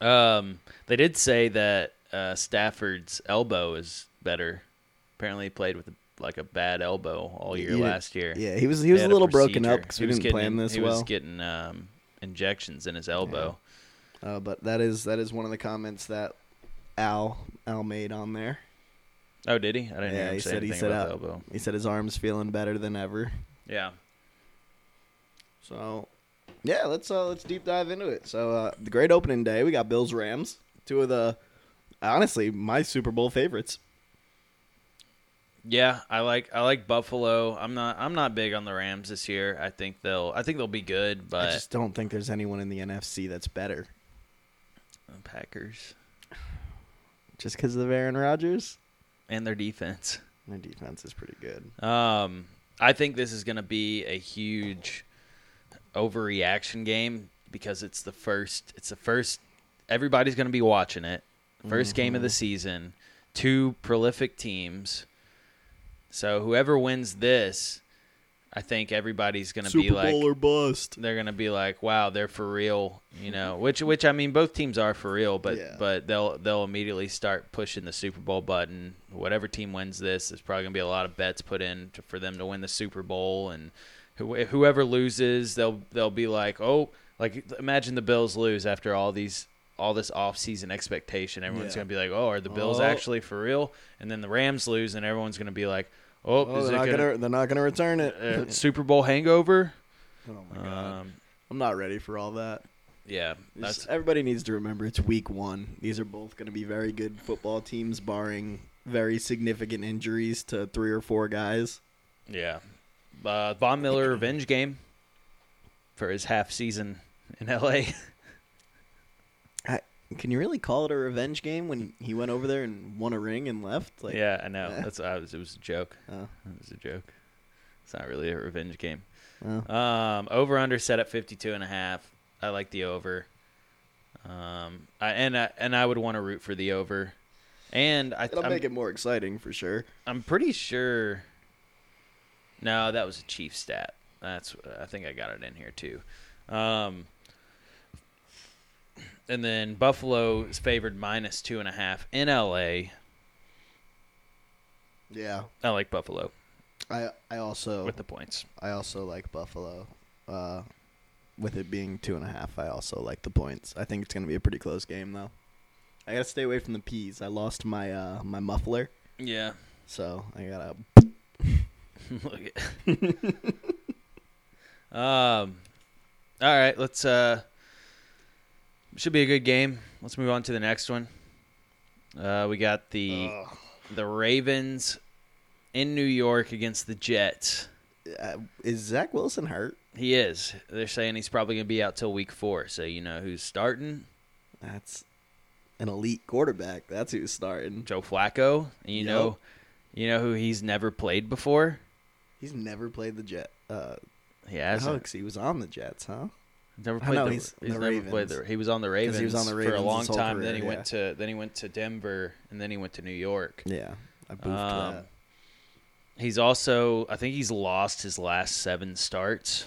Speaker 1: Um, they did say that uh, Stafford's elbow is better. Apparently, he played with like a bad elbow all year
Speaker 2: He did-
Speaker 1: last year.
Speaker 2: Yeah, he was he
Speaker 1: They
Speaker 2: was a
Speaker 1: had
Speaker 2: little broken
Speaker 1: procedure.
Speaker 2: up because
Speaker 1: He
Speaker 2: we
Speaker 1: was
Speaker 2: didn't
Speaker 1: getting-
Speaker 2: play him this
Speaker 1: he
Speaker 2: well.
Speaker 1: was getting um, injections in his elbow.
Speaker 2: Uh, but that is that is one of the comments that Al Al made on there.
Speaker 1: Oh, did he? I didn't hear
Speaker 2: Yeah,
Speaker 1: him
Speaker 2: he
Speaker 1: say
Speaker 2: said he
Speaker 1: anything
Speaker 2: said
Speaker 1: about
Speaker 2: out.
Speaker 1: the elbow.
Speaker 2: He said his arm's feeling better than ever.
Speaker 1: Yeah.
Speaker 2: So, yeah, let's uh, let's deep dive into it. So, uh, the great opening day, we got Bills Rams, two of the honestly my Super Bowl favorites.
Speaker 1: Yeah, I like I like Buffalo. I'm not I'm not big on the Rams this year. I think they'll I think they'll be good,
Speaker 2: I
Speaker 1: but
Speaker 2: just don't think there's anyone in the NFC that's better.
Speaker 1: Packers
Speaker 2: Just because of Aaron Rodgers,
Speaker 1: and their defense.
Speaker 2: their defense is pretty good.
Speaker 1: Um, I think this is going to be a huge overreaction game because it's the first. It's the first. Everybody's going to be watching it. 1st game of the season. Two prolific teams. So whoever wins this, I think everybody's going to be like
Speaker 2: bust.
Speaker 1: they're going to be like, "Wow, they're for real," you
Speaker 2: [LAUGHS]
Speaker 1: know. Which, which I mean, both teams are for real, but
Speaker 2: Yeah.
Speaker 1: but they'll they'll immediately start pushing the Super Bowl button. Whatever team wins this, there's probably going to be a lot of bets put in to, for them to win the Super Bowl, and who, whoever loses, they'll they'll be like, "Oh, like imagine the Bills lose after all these." All this offseason expectation, everyone's
Speaker 2: Yeah.
Speaker 1: going to be like, "Oh, are the Bills
Speaker 2: Oh.
Speaker 1: actually for real?" And then the Rams lose, and everyone's going to be like, "Oh,
Speaker 2: Oh,
Speaker 1: is
Speaker 2: they're
Speaker 1: it
Speaker 2: not
Speaker 1: going
Speaker 2: gonna,
Speaker 1: to
Speaker 2: they're not gonna return it.
Speaker 1: uh, Super Bowl hangover?"
Speaker 2: [LAUGHS] oh my god,
Speaker 1: Um,
Speaker 2: I'm not ready for all that.
Speaker 1: yeah,
Speaker 2: Just-
Speaker 1: that's
Speaker 2: everybody needs to remember it's week one. These are both going to be very good football teams, barring very significant injuries to three or four guys.
Speaker 1: Yeah. Uh, Von Miller revenge game for his half season in LA.
Speaker 2: I, can you really call it a revenge game when he went over there and won a ring and left?
Speaker 1: [LAUGHS]
Speaker 2: Like,
Speaker 1: yeah, I know.
Speaker 2: Yeah.
Speaker 1: That's I was, it was a joke.
Speaker 2: Oh,
Speaker 1: It was a joke. It's not really a revenge game.
Speaker 2: well,
Speaker 1: Um, over under set at 52 and a half. I like the over. Um, I, and I, and I would want to root for the over. And I
Speaker 2: it'll
Speaker 1: I'm,
Speaker 2: make it more exciting for sure.
Speaker 1: I'm pretty sure No, that was a Chief stat. That's I think I got it in here too. Um, and then Buffalo is favored minus two and a half in LA.
Speaker 2: Yeah,
Speaker 1: I like Buffalo
Speaker 2: I I also
Speaker 1: with the points.
Speaker 2: I also like Buffalo. Uh, with it being two and a half, I also like the points. I think it's going to be a pretty close game though. I gotta stay away from the peas. I lost my uh, my muffler.
Speaker 1: Yeah,
Speaker 2: So I gotta.
Speaker 1: [LAUGHS] look it. [LAUGHS] um, all right, let's. Uh, should be a good game. Let's move on to the next one. Uh, we got the
Speaker 2: Oh.
Speaker 1: the Ravens in New York against the Jets.
Speaker 2: Uh, is Zach Wilson hurt?
Speaker 1: He is. They're saying he's probably going to be out till week four. So you know who's starting?
Speaker 2: That's an elite quarterback. That's who's starting.
Speaker 1: Joe Flacco. And you
Speaker 2: Yup.
Speaker 1: know, you know who he's never played before.
Speaker 2: He's never played the Jet. Uh,
Speaker 1: He
Speaker 2: oh,
Speaker 1: hasn't.
Speaker 2: 'cause he was on the Jets, huh?
Speaker 1: Never
Speaker 2: I
Speaker 1: played
Speaker 2: know,
Speaker 1: the.
Speaker 2: he's
Speaker 1: He's,
Speaker 2: the
Speaker 1: never played
Speaker 2: Ravens.
Speaker 1: the. He was on the Ravens.
Speaker 2: he was on the
Speaker 1: for a
Speaker 2: Ravens
Speaker 1: long
Speaker 2: his whole
Speaker 1: time. then he
Speaker 2: career,
Speaker 1: went to. Then he went to Denver, and then he went to New York.
Speaker 2: Yeah, I boofed
Speaker 1: Um,
Speaker 2: that.
Speaker 1: He's also. I think he's lost his last seven starts.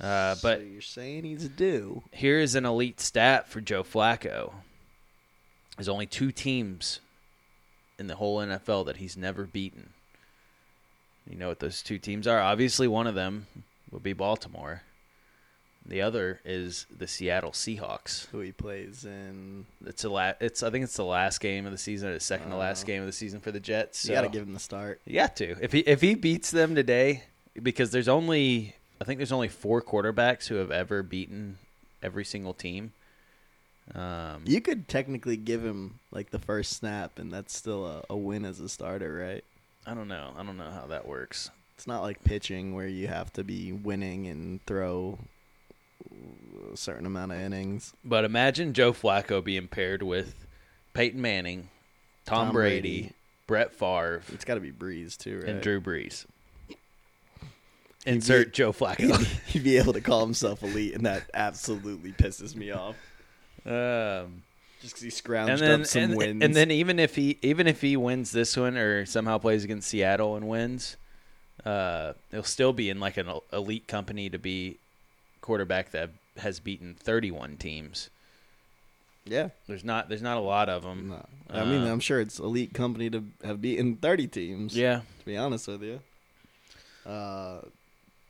Speaker 1: Uh, but
Speaker 2: so you're saying he's due?
Speaker 1: here is an elite stat for Joe Flacco. There's only two teams in the whole NFL that he's never beaten. You know what those two teams are? Obviously, one of them would be Baltimore. The other is the Seattle Seahawks.
Speaker 2: Who he plays in?
Speaker 1: It's a la- it's I think it's the last game of the season, or the second to last
Speaker 2: Oh.
Speaker 1: game of the season for the Jets.
Speaker 2: You gotta
Speaker 1: so-
Speaker 2: give him the start.
Speaker 1: you got to. If he if he beats them today, because there's only I think there's only four quarterbacks who have ever beaten every single team. Um,
Speaker 2: You could technically give him like the first snap, and that's still a, a win as a starter, right?
Speaker 1: I don't know. I don't know how that works.
Speaker 2: It's not like pitching where you have to be winning and throw a certain amount of innings.
Speaker 1: But imagine Joe Flacco being paired with Peyton Manning, Tom,
Speaker 2: Tom
Speaker 1: Brady,
Speaker 2: Brady.
Speaker 1: Brett Favre,
Speaker 2: It's got to be Breeze too, right?
Speaker 1: and Drew Brees. Insert Joe Flacco.
Speaker 2: [LAUGHS]
Speaker 1: [LAUGHS]
Speaker 2: He'd be able to call himself elite, and that absolutely pisses me off.
Speaker 1: um,
Speaker 2: Just because he
Speaker 1: and
Speaker 2: scrounged
Speaker 1: then
Speaker 2: up some
Speaker 1: and,
Speaker 2: wins.
Speaker 1: and then even if he even if he wins this one or somehow plays against Seattle and wins, uh, he'll still be in like an el- elite company to be quarterback that has beaten 31 teams.
Speaker 2: yeah,
Speaker 1: There's not there's not a lot of them.
Speaker 2: no. I mean,
Speaker 1: Uh,
Speaker 2: I'm sure it's elite company to have beaten 30 teams.
Speaker 1: Yeah,
Speaker 2: to be honest with you. Uh,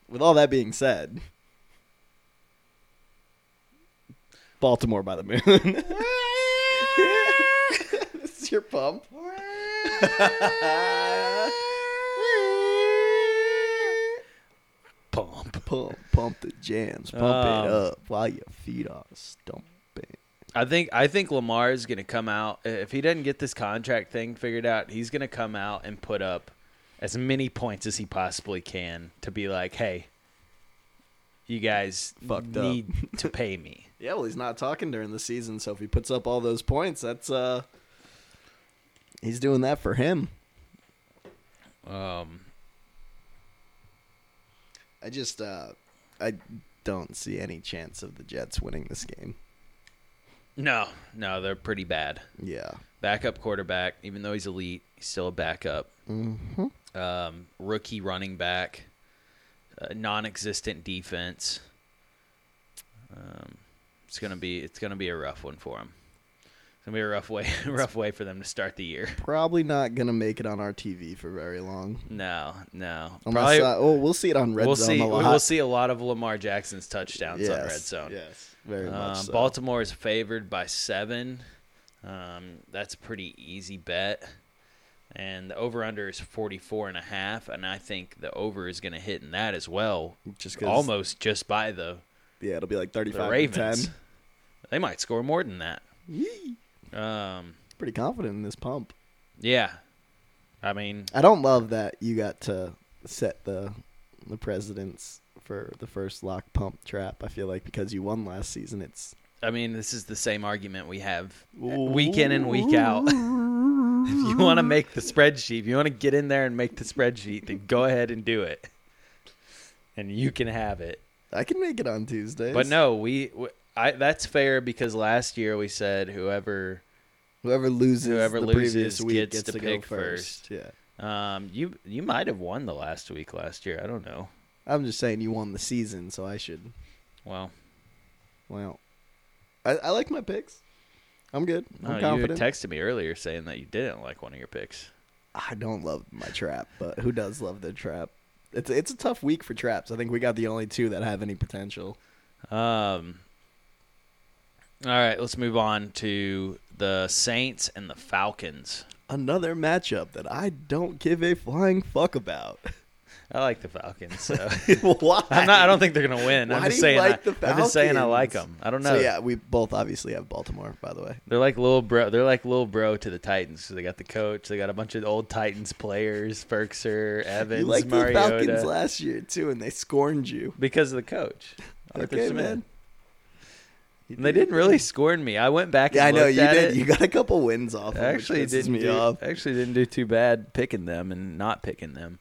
Speaker 2: with all that being said, Baltimore by the moon. [LAUGHS] this is your pump. [LAUGHS]
Speaker 1: pump.
Speaker 2: pump, pump the jams, pump it
Speaker 1: Um,
Speaker 2: up while your feet are stumping.
Speaker 1: I think I think Lamar is going to come out if he doesn't get this contract thing figured out. He's going to come out and put up as many points as he possibly can to be like, "Hey, you guys
Speaker 2: Fucked up.
Speaker 1: need to pay
Speaker 2: [LAUGHS]
Speaker 1: me."
Speaker 2: Yeah, well, he's not talking during the season, so if he puts up all those points, that's uh, he's doing that for him.
Speaker 1: Um,
Speaker 2: I just uh I don't see any chance of the Jets winning this game.
Speaker 1: no, no, they're pretty bad.
Speaker 2: Yeah.
Speaker 1: Backup quarterback, even though he's elite, he's still a backup. Mm-hmm. Um, rookie running back, uh, non-existent defense. Um, it's gonna be it's gonna be a rough one for him. It's gonna be a rough way [LAUGHS] rough way for them to start the year. [LAUGHS]
Speaker 2: Probably not gonna make it on our TV for very long.
Speaker 1: No, no,
Speaker 2: Unless
Speaker 1: probably
Speaker 2: I, oh, we'll see it on Red
Speaker 1: we'll
Speaker 2: Zone
Speaker 1: see
Speaker 2: a lot.
Speaker 1: we'll see a lot of Lamar Jackson's touchdowns on
Speaker 2: Yes,
Speaker 1: Red Zone.
Speaker 2: Yes, very
Speaker 1: Um,
Speaker 2: much. So.
Speaker 1: Baltimore is favored by seven. Um, that's a pretty easy bet. And the over under is 44 and a half. And I think the over is going to hit in that as well.
Speaker 2: Just 'cause-
Speaker 1: Almost just by the,
Speaker 2: yeah, it'll be like
Speaker 1: the
Speaker 2: thirty-five to
Speaker 1: Ravens.
Speaker 2: ten.
Speaker 1: They might score more than that.
Speaker 2: Yee.
Speaker 1: Um,
Speaker 2: Pretty confident in this pump.
Speaker 1: yeah. I mean,
Speaker 2: I don't love that you got to set the the presidents for the first lock pump trap. I feel like because you won last season, it's
Speaker 1: I mean, this is the same argument we have week in and week out. [LAUGHS] if you want to make the spreadsheet, if you want to get in there and make the spreadsheet, then go ahead and do it. And you can have it.
Speaker 2: I can make it on Tuesdays.
Speaker 1: But no, we, w I that's fair because last year we said whoever
Speaker 2: Whoever loses
Speaker 1: Whoever
Speaker 2: the
Speaker 1: loses
Speaker 2: previous week
Speaker 1: gets
Speaker 2: gets,
Speaker 1: to
Speaker 2: to,
Speaker 1: pick
Speaker 2: go first. Yeah.
Speaker 1: um you you might have won the last week last year. I don't know.
Speaker 2: I'm just saying you won the season, so I should.
Speaker 1: Well,
Speaker 2: Well, I, I like my picks. I'm good. I'm
Speaker 1: no, Oh, you
Speaker 2: confident.
Speaker 1: texted me earlier saying that you didn't like one of your picks.
Speaker 2: I don't love my trap, but who does love their trap? It's it's a tough week for traps. I think we got the only two that have any potential.
Speaker 1: Um All right, let's move on to the Saints and the Falcons.
Speaker 2: Another matchup that I don't give a flying fuck about. [LAUGHS]
Speaker 1: I like the Falcons. So
Speaker 2: Why?
Speaker 1: [LAUGHS] I'm not I don't think they're going to win. I'm
Speaker 2: Why
Speaker 1: just
Speaker 2: do you
Speaker 1: saying
Speaker 2: like
Speaker 1: I,
Speaker 2: the
Speaker 1: I'm just saying I
Speaker 2: Falcons?
Speaker 1: like them. I don't know.
Speaker 2: So yeah, we both obviously have Baltimore. By the way,
Speaker 1: They're like little bro. They're like little bro to the Titans. So they got the coach. They got a bunch of old Titans players: Ferkser, Evans,
Speaker 2: you liked the Falcons
Speaker 1: Mariota,
Speaker 2: last year too, and they scorned you.
Speaker 1: because of the coach. Arthur
Speaker 2: Okay,
Speaker 1: Smith.
Speaker 2: man.
Speaker 1: And they didn't really scorn me. I went back.
Speaker 2: Yeah, I
Speaker 1: and
Speaker 2: know
Speaker 1: looked
Speaker 2: you
Speaker 1: at
Speaker 2: did.
Speaker 1: it.
Speaker 2: You got a couple wins
Speaker 1: I
Speaker 2: off. of it,
Speaker 1: actually
Speaker 2: which pisses
Speaker 1: didn't
Speaker 2: me
Speaker 1: do,
Speaker 2: off.
Speaker 1: actually didn't do too bad picking them and not picking them.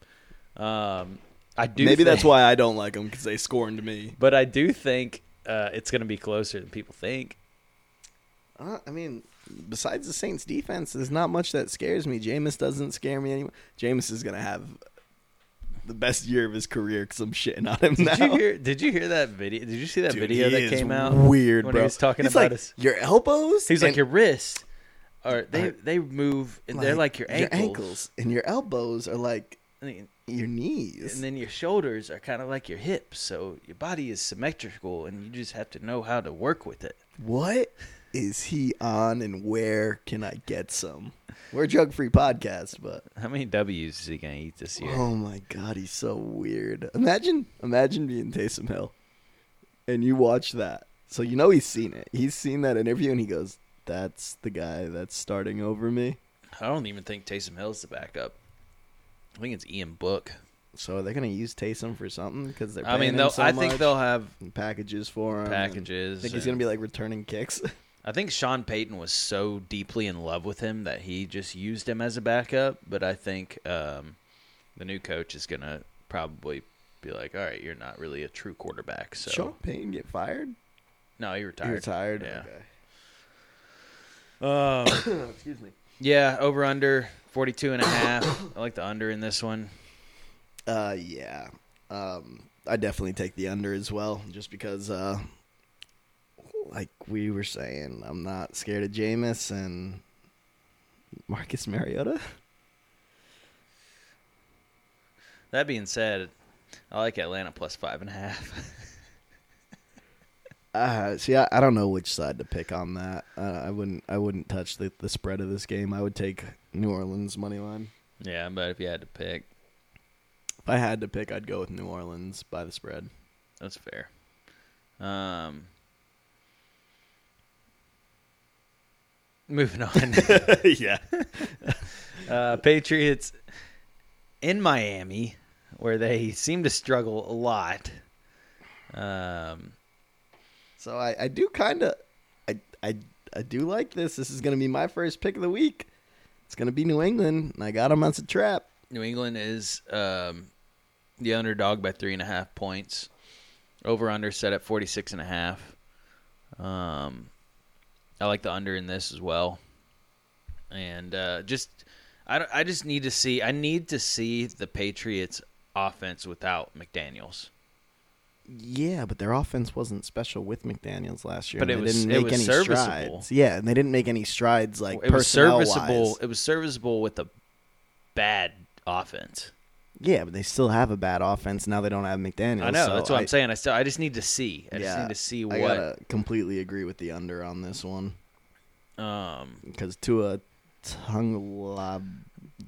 Speaker 1: Um, I do.
Speaker 2: Maybe that's
Speaker 1: think-
Speaker 2: why I don't like them because they scorned me.
Speaker 1: [LAUGHS] But I do think uh, it's going to be closer than people
Speaker 2: [LAUGHS]
Speaker 1: think.
Speaker 2: Uh, I mean, besides the Saints' defense, there's not much that scares me. Jameis doesn't scare me anymore. Jameis is gonna have the best year of his career because I'm shitting on him
Speaker 1: Did
Speaker 2: now.
Speaker 1: you hear? Did you hear that video? Did you see that
Speaker 2: Dude,
Speaker 1: video
Speaker 2: he
Speaker 1: that
Speaker 2: is
Speaker 1: came out?
Speaker 2: Weird,
Speaker 1: when
Speaker 2: bro.
Speaker 1: he was talking
Speaker 2: He's
Speaker 1: about
Speaker 2: like,
Speaker 1: his.
Speaker 2: your elbows.
Speaker 1: He's like
Speaker 2: and
Speaker 1: your wrist. are they they move and they're like your ankles.
Speaker 2: and your elbows are like
Speaker 1: I mean,
Speaker 2: your knees.
Speaker 1: and then your shoulders are kind of like your hips, so your body is symmetrical, and you just have to know how to work with it.
Speaker 2: what is he on, and where can I get some? We're a drug-free podcast, but
Speaker 1: How many W's is he gonna eat this year?
Speaker 2: oh my god, he's so weird. Imagine, imagine being Taysom Hill, and you watch that. So you know he's seen it. He's seen that interview, and he goes, "That's the guy that's starting over me."
Speaker 1: I don't even think Taysom Hill's the backup. I think it's Ian Book.
Speaker 2: So are they going to use Taysom for something? Because they're
Speaker 1: I
Speaker 2: paying
Speaker 1: mean,
Speaker 2: him
Speaker 1: they'll,
Speaker 2: so
Speaker 1: I think
Speaker 2: much.
Speaker 1: they'll have
Speaker 2: and packages for him.
Speaker 1: Packages
Speaker 2: I Um, think he's gonna
Speaker 1: and-
Speaker 2: be like returning kicks. [LAUGHS]
Speaker 1: I think Sean Payton was so deeply in love with him that he just used him as a backup. But I think um, the new coach is going to probably be like, all right, you're not really a true quarterback. So,
Speaker 2: Sean Payton get fired?
Speaker 1: no, he retired.
Speaker 2: He retired.
Speaker 1: Yeah.
Speaker 2: Okay. Excuse me.
Speaker 1: Yeah, over under 42 and a half. [COUGHS] I like the under in this one.
Speaker 2: Uh, yeah. Um, I definitely take the under as well, just because, uh, like we were saying, I'm not scared of Jameis and Marcus Mariota.
Speaker 1: That being said, I like Atlanta plus five and a half. [LAUGHS]
Speaker 2: Uh, see, I, I don't know which side to pick on that. Uh, I wouldn't. I wouldn't touch the, the spread of this game. I would take New Orleans money line.
Speaker 1: yeah, but if you had to pick,
Speaker 2: If I had to pick, I'd go with New Orleans by the spread.
Speaker 1: that's fair. Um, moving on.
Speaker 2: yeah.
Speaker 1: [LAUGHS] Uh, Patriots in Miami, where they seem to struggle a lot. Um,
Speaker 2: So I, I do kind of, I, I, I do like this. This is going to be my first pick of the week. It's going to be New England, and I got them as a trap.
Speaker 1: New England is um, the underdog by three and a half points. Over under set at forty six and a half. Um, I like the under in this as well. And uh, just, I, don't- I just need to see. I need to see the Patriots offense without McDaniel's.
Speaker 2: Yeah, but their offense wasn't special with McDaniel's last year.
Speaker 1: But
Speaker 2: and
Speaker 1: it
Speaker 2: they
Speaker 1: was-
Speaker 2: didn't
Speaker 1: it
Speaker 2: make
Speaker 1: was
Speaker 2: any
Speaker 1: serviceable.
Speaker 2: strides. Yeah, and they didn't make any strides like
Speaker 1: it was
Speaker 2: personnel-wise.
Speaker 1: serviceable. It was serviceable with a bad offense.
Speaker 2: Yeah, but they still have a bad offense now. They don't have McDaniel's.
Speaker 1: I know
Speaker 2: so
Speaker 1: that's what I,
Speaker 2: I-
Speaker 1: am saying. I still I just need to see. I just
Speaker 2: yeah,
Speaker 1: need to see
Speaker 2: I
Speaker 1: what.
Speaker 2: gotta completely agree with the under on this one.
Speaker 1: Um,
Speaker 2: because Tua tongue lob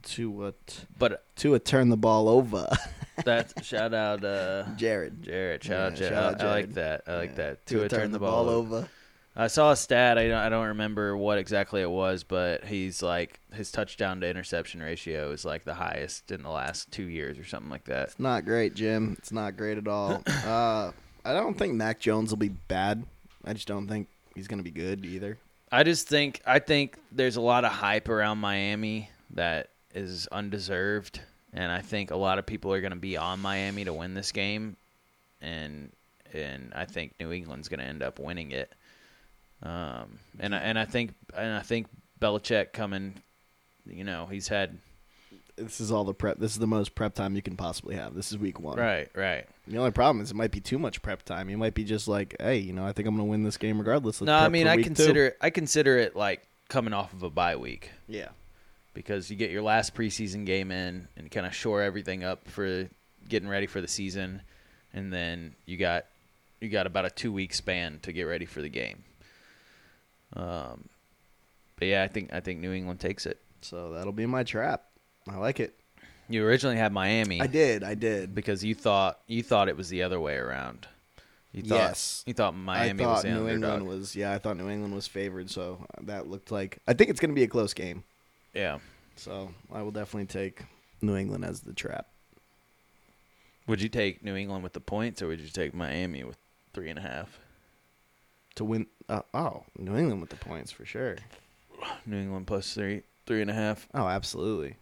Speaker 2: Tua t-
Speaker 1: but
Speaker 2: Tua turned the ball over. [LAUGHS]
Speaker 1: that shout out uh,
Speaker 2: Jared.
Speaker 1: Jared. Shout out
Speaker 2: Yeah,
Speaker 1: Jared.
Speaker 2: shout out
Speaker 1: I, I like
Speaker 2: Jared.
Speaker 1: that. I like
Speaker 2: Yeah.
Speaker 1: that. Tua turned the ball, over.
Speaker 2: over.
Speaker 1: I saw a stat. I don't, I don't remember what exactly it was, but he's like his touchdown to interception ratio is like the highest in the last two years or something like that.
Speaker 2: It's not great, Jim. It's not great at all. uh, I don't think Mac Jones will be bad. I just don't think he's going to be good either.
Speaker 1: I just think I think there's a lot of hype around Miami that is undeserved, and I think a lot of people are going to be on Miami to win this game, and and I think New England's going to end up winning it. Um, and I, and I think and I think Belichick coming, you know, he's had
Speaker 2: This is all the prep. This is the most prep time you can possibly have. This is week one.
Speaker 1: right, right.
Speaker 2: The only problem is it might be too much prep time. You might be just like, hey, you know, I think I'm going to win this game regardless. Let's
Speaker 1: No, I
Speaker 2: prep
Speaker 1: mean
Speaker 2: for
Speaker 1: I
Speaker 2: week two."
Speaker 1: consider I consider it like coming off of a bye week.
Speaker 2: Yeah.
Speaker 1: because you get your last preseason game in and kind of shore everything up for getting ready for the season, and then you got you got about a two week span to get ready for the game. Um, but yeah, I think I think New England takes it.
Speaker 2: So that'll be my trap. I like it.
Speaker 1: You originally had Miami
Speaker 2: I did. I did.
Speaker 1: because you thought you thought it was the other way around. You thought,
Speaker 2: Yes.
Speaker 1: you thought Miami
Speaker 2: I thought
Speaker 1: was the
Speaker 2: New
Speaker 1: underdog.
Speaker 2: England was yeah. I thought New England was favored, so that looked like I think it's going to be a close game.
Speaker 1: yeah.
Speaker 2: So I will definitely take New England as the trap.
Speaker 1: Would you take New England with the points, or would you take Miami with three and a half?
Speaker 2: to win. Uh, oh, New England with the points for sure.
Speaker 1: New England plus three, three and a half.
Speaker 2: Oh, absolutely.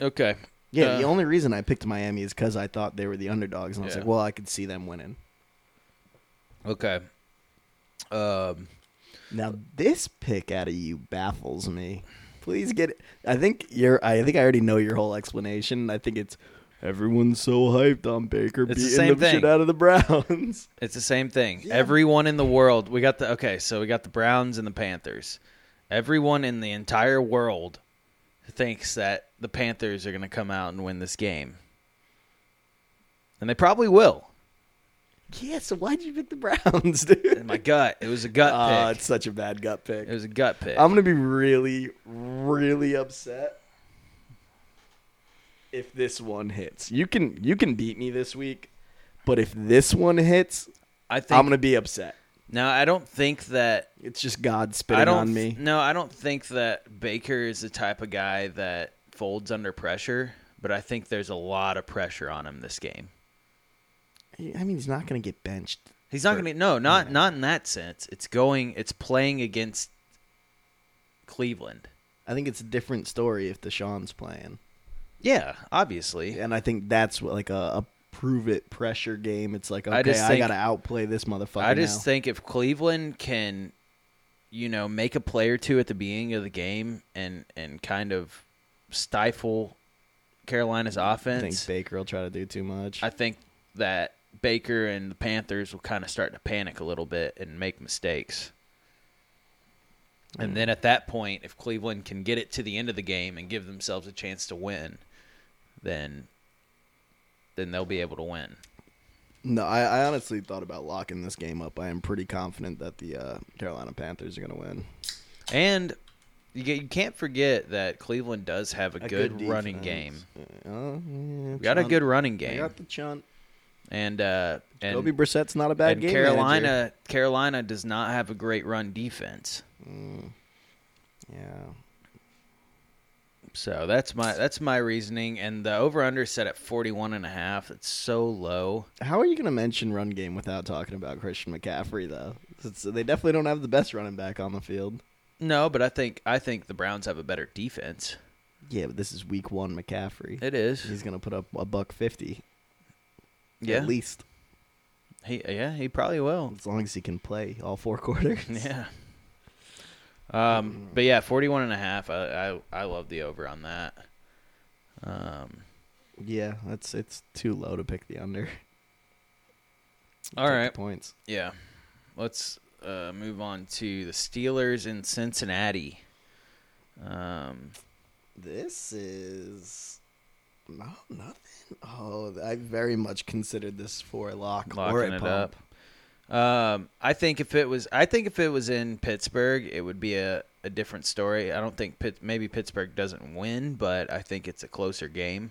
Speaker 1: Okay.
Speaker 2: Yeah,
Speaker 1: Uh,
Speaker 2: the only reason I picked Miami is because I thought they were the underdogs, and I was
Speaker 1: Yeah.
Speaker 2: like, well, I could see them winning.
Speaker 1: Okay. Um,
Speaker 2: Now this pick out of you baffles me. Please get. I think you're. I think I already know your whole explanation. I think it's everyone's so hyped on Baker
Speaker 1: It's the
Speaker 2: beating
Speaker 1: same
Speaker 2: the shit
Speaker 1: thing.
Speaker 2: out of the Browns. [LAUGHS]
Speaker 1: it's the same thing. Everyone in the world, we got the okay, so we got the Browns and the Panthers. Everyone in the entire world thinks that the Panthers are going to come out and win this game. And they probably will.
Speaker 2: Yeah, so why'd you pick the Browns, dude?
Speaker 1: In my gut, it was a gut
Speaker 2: Ah,
Speaker 1: pick.
Speaker 2: it's such a bad gut pick.
Speaker 1: It was a gut pick.
Speaker 2: I'm gonna be really, really upset if this one hits. You can you can beat me this week, but if this one hits,
Speaker 1: I think
Speaker 2: I'm gonna be upset.
Speaker 1: now I don't think that
Speaker 2: It's just God
Speaker 1: I
Speaker 2: spitting
Speaker 1: don't
Speaker 2: on
Speaker 1: th-
Speaker 2: me.
Speaker 1: No, I don't think that Baker is the type of guy that folds under pressure, but I think there's a lot of pressure on him this game.
Speaker 2: I mean, he's not gonna get benched.
Speaker 1: He's not going to No, not not in that sense. It's going it's playing against Cleveland.
Speaker 2: I think it's a different story if Deshaun's playing,
Speaker 1: Yeah, obviously.
Speaker 2: and I think that's what, like a, a prove it pressure game. It's like okay, I,
Speaker 1: just think-
Speaker 2: gotta outplay this motherfucker.
Speaker 1: I just
Speaker 2: now.
Speaker 1: think if Cleveland can, you know, make a play or two at the beginning of the game and and kind of stifle Carolina's
Speaker 2: I
Speaker 1: offense,
Speaker 2: think Baker will try to do too much.
Speaker 1: I think that Baker and the Panthers will kind of start to panic a little bit and make mistakes.
Speaker 2: Mm.
Speaker 1: And then at that point, if Cleveland can get it to the end of the game and give themselves a chance to win, then then they'll be able to win.
Speaker 2: No, I, I honestly thought about locking this game up. I am pretty confident that the uh, Carolina Panthers are going to win.
Speaker 1: And you, get, you can't forget that Cleveland does have a, good, running game.
Speaker 2: Oh, yeah,
Speaker 1: We got a
Speaker 2: Chunt.
Speaker 1: good running
Speaker 2: I
Speaker 1: game,
Speaker 2: got the chunt.
Speaker 1: and uh, and,
Speaker 2: Kobe Brissett's not a bad
Speaker 1: and
Speaker 2: game.
Speaker 1: Carolina
Speaker 2: manager.
Speaker 1: Carolina does not have a great run defense.
Speaker 2: Yeah.
Speaker 1: So that's my that's my reasoning, and the over under set at forty one and a half. It's so low.
Speaker 2: How are you going to mention run game without talking about Christian McCaffrey though? It's, they definitely don't have the best running back on the field.
Speaker 1: No, but I think I think the Browns have a better defense.
Speaker 2: Yeah, but this is Week One McCaffrey.
Speaker 1: It is,
Speaker 2: He's going to put up a buck fifty.
Speaker 1: yeah,
Speaker 2: At least
Speaker 1: he yeah he probably
Speaker 2: [LAUGHS]
Speaker 1: will.
Speaker 2: as long as he can play all four [LAUGHS] quarters.
Speaker 1: Yeah. Um, but yeah, 41 and a half. I, I, I love the over on that. Um,
Speaker 2: Yeah, that's it's too low to pick the under.
Speaker 1: all
Speaker 2: Take the
Speaker 1: right.
Speaker 2: points.
Speaker 1: Yeah. Let's uh, move on to the Steelers in Cincinnati. Um,
Speaker 2: This is no nothing. Oh, I very much considered this for a lock or
Speaker 1: locking
Speaker 2: a
Speaker 1: it
Speaker 2: pump.
Speaker 1: up. Um, I think if it was, I think if it was in Pittsburgh, it would be a, a different story. I don't think Pitt, maybe Pittsburgh doesn't win, but I think it's a closer game.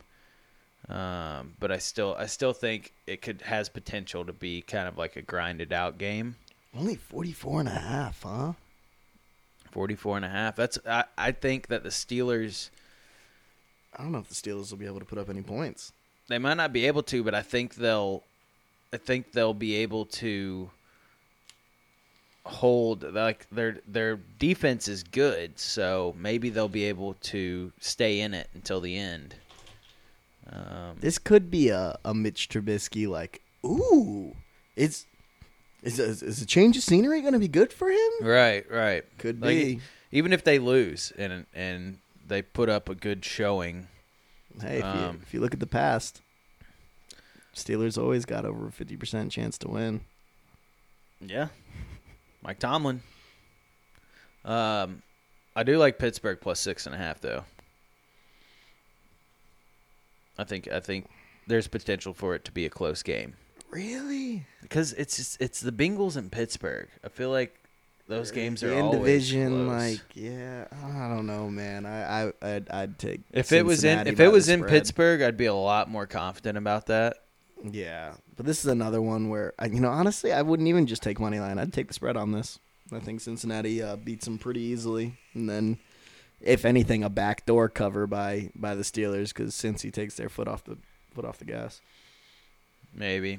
Speaker 1: Um, but I still, I still think it could has potential to be kind of like a grinded out game.
Speaker 2: Only 44 and a half, huh?
Speaker 1: 44 and a half. That's, I, I think that the Steelers,
Speaker 2: I don't know if the Steelers will be able to put up any points.
Speaker 1: they might not be able to, but I think they'll I think they'll be able to hold like their their defense is good, so maybe they'll be able to stay in it until the end. Um,
Speaker 2: This could be a, a Mitch Trubisky like, ooh, it's is is, is a change of scenery going to be good for him?
Speaker 1: right, right.
Speaker 2: Could
Speaker 1: Like,
Speaker 2: be.
Speaker 1: Even if they lose and and they put up a good showing,
Speaker 2: Hey, if,
Speaker 1: um,
Speaker 2: you, if you look at the past, Steelers always got over a 50% chance to win.
Speaker 1: Yeah. Mike Tomlin. Um, I do like Pittsburgh plus six and a half though. I think I think there's potential for it to be a close game
Speaker 2: Really?
Speaker 1: because it's just, it's the Bengals and Pittsburgh. I feel like those games are
Speaker 2: in
Speaker 1: always close.
Speaker 2: division. Like, yeah, I don't know, man. I, I, I'd, I'd take
Speaker 1: if it was in
Speaker 2: Cincinnati
Speaker 1: if
Speaker 2: by
Speaker 1: it
Speaker 2: the
Speaker 1: was in
Speaker 2: spread.
Speaker 1: Pittsburgh, I'd be a lot more confident about that.
Speaker 2: Yeah, but this is another one where I- you know, honestly, I wouldn't even just take money line. I'd take the spread on this. I think Cincinnati uh, beats them pretty easily, and then if anything, a backdoor cover by by the Steelers because Cincy takes their foot off the foot off the gas.
Speaker 1: Maybe.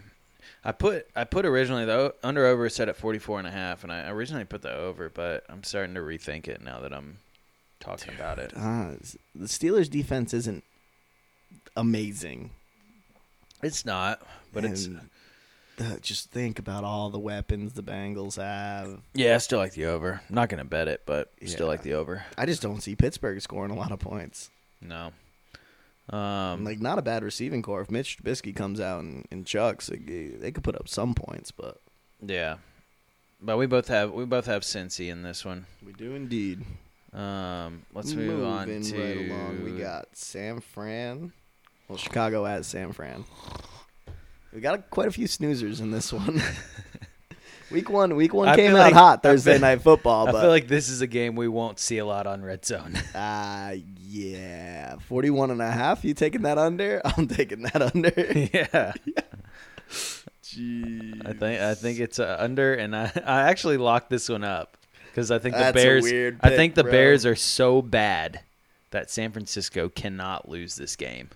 Speaker 1: I put I put originally the under over set at 44 and a half and I originally put the over, but I'm starting to rethink it now that I'm talking about it.
Speaker 2: Ah, s- the Steelers defense isn't amazing,
Speaker 1: It's not, but it's
Speaker 2: and, uh, just think about all the weapons the Bengals have.
Speaker 1: yeah, I still like the over. I'm not going to bet it, but still like the over.
Speaker 2: I just don't see Pittsburgh scoring a lot of points.
Speaker 1: No.
Speaker 2: Um,
Speaker 1: Um
Speaker 2: like, not a bad receiving core. If Mitch Trubisky comes out and, and chucks, like, eh, they could put up some points, but
Speaker 1: yeah. But we both have we both have Cincy in this one.
Speaker 2: we do indeed.
Speaker 1: Um, let's move on
Speaker 2: Moving
Speaker 1: to
Speaker 2: right along. We got San Fran. Well, Chicago at San Fran. We got a, quite a few snoozers in
Speaker 1: [LAUGHS]
Speaker 2: this one. week one, week one
Speaker 1: I
Speaker 2: came out
Speaker 1: feel like-
Speaker 2: hot
Speaker 1: I
Speaker 2: Thursday
Speaker 1: feel-
Speaker 2: night football,
Speaker 1: I
Speaker 2: but
Speaker 1: feel like this is a game we won't see a lot on Red Zone. [LAUGHS]
Speaker 2: uh, yeah, 41 and a half. You taking that under? [LAUGHS] I'm taking that
Speaker 1: [LAUGHS]
Speaker 2: under. [LAUGHS]
Speaker 1: yeah,
Speaker 2: Jeez.
Speaker 1: I think I think it's uh, under, and I, [LAUGHS] I actually locked this one up because I think the
Speaker 2: That's a
Speaker 1: Bears.
Speaker 2: weird
Speaker 1: I
Speaker 2: pick,
Speaker 1: think the
Speaker 2: bro.
Speaker 1: Bears are so bad that San Francisco cannot lose this game.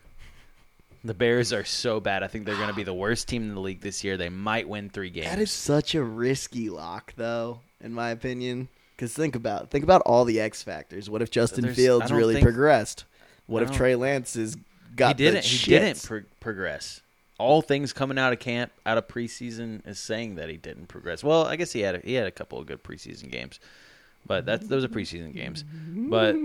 Speaker 1: The Bears are so bad. I think they're going to be the worst team in the league this year. They might win three games.
Speaker 2: That is such a risky lock, though, in my opinion. Because think about think about all the X factors. What if Justin
Speaker 1: There's- I
Speaker 2: Fields
Speaker 1: don't
Speaker 2: really
Speaker 1: think-
Speaker 2: progressed? What
Speaker 1: I
Speaker 2: if
Speaker 1: don't-
Speaker 2: Trey Lance is got
Speaker 1: he didn't.
Speaker 2: the
Speaker 1: He didn't
Speaker 2: shits?
Speaker 1: pro- progress. All things coming out of camp, out of preseason, is saying that he didn't progress. Well, I guess he had a, he had a couple of good preseason games, but that's those are preseason games. But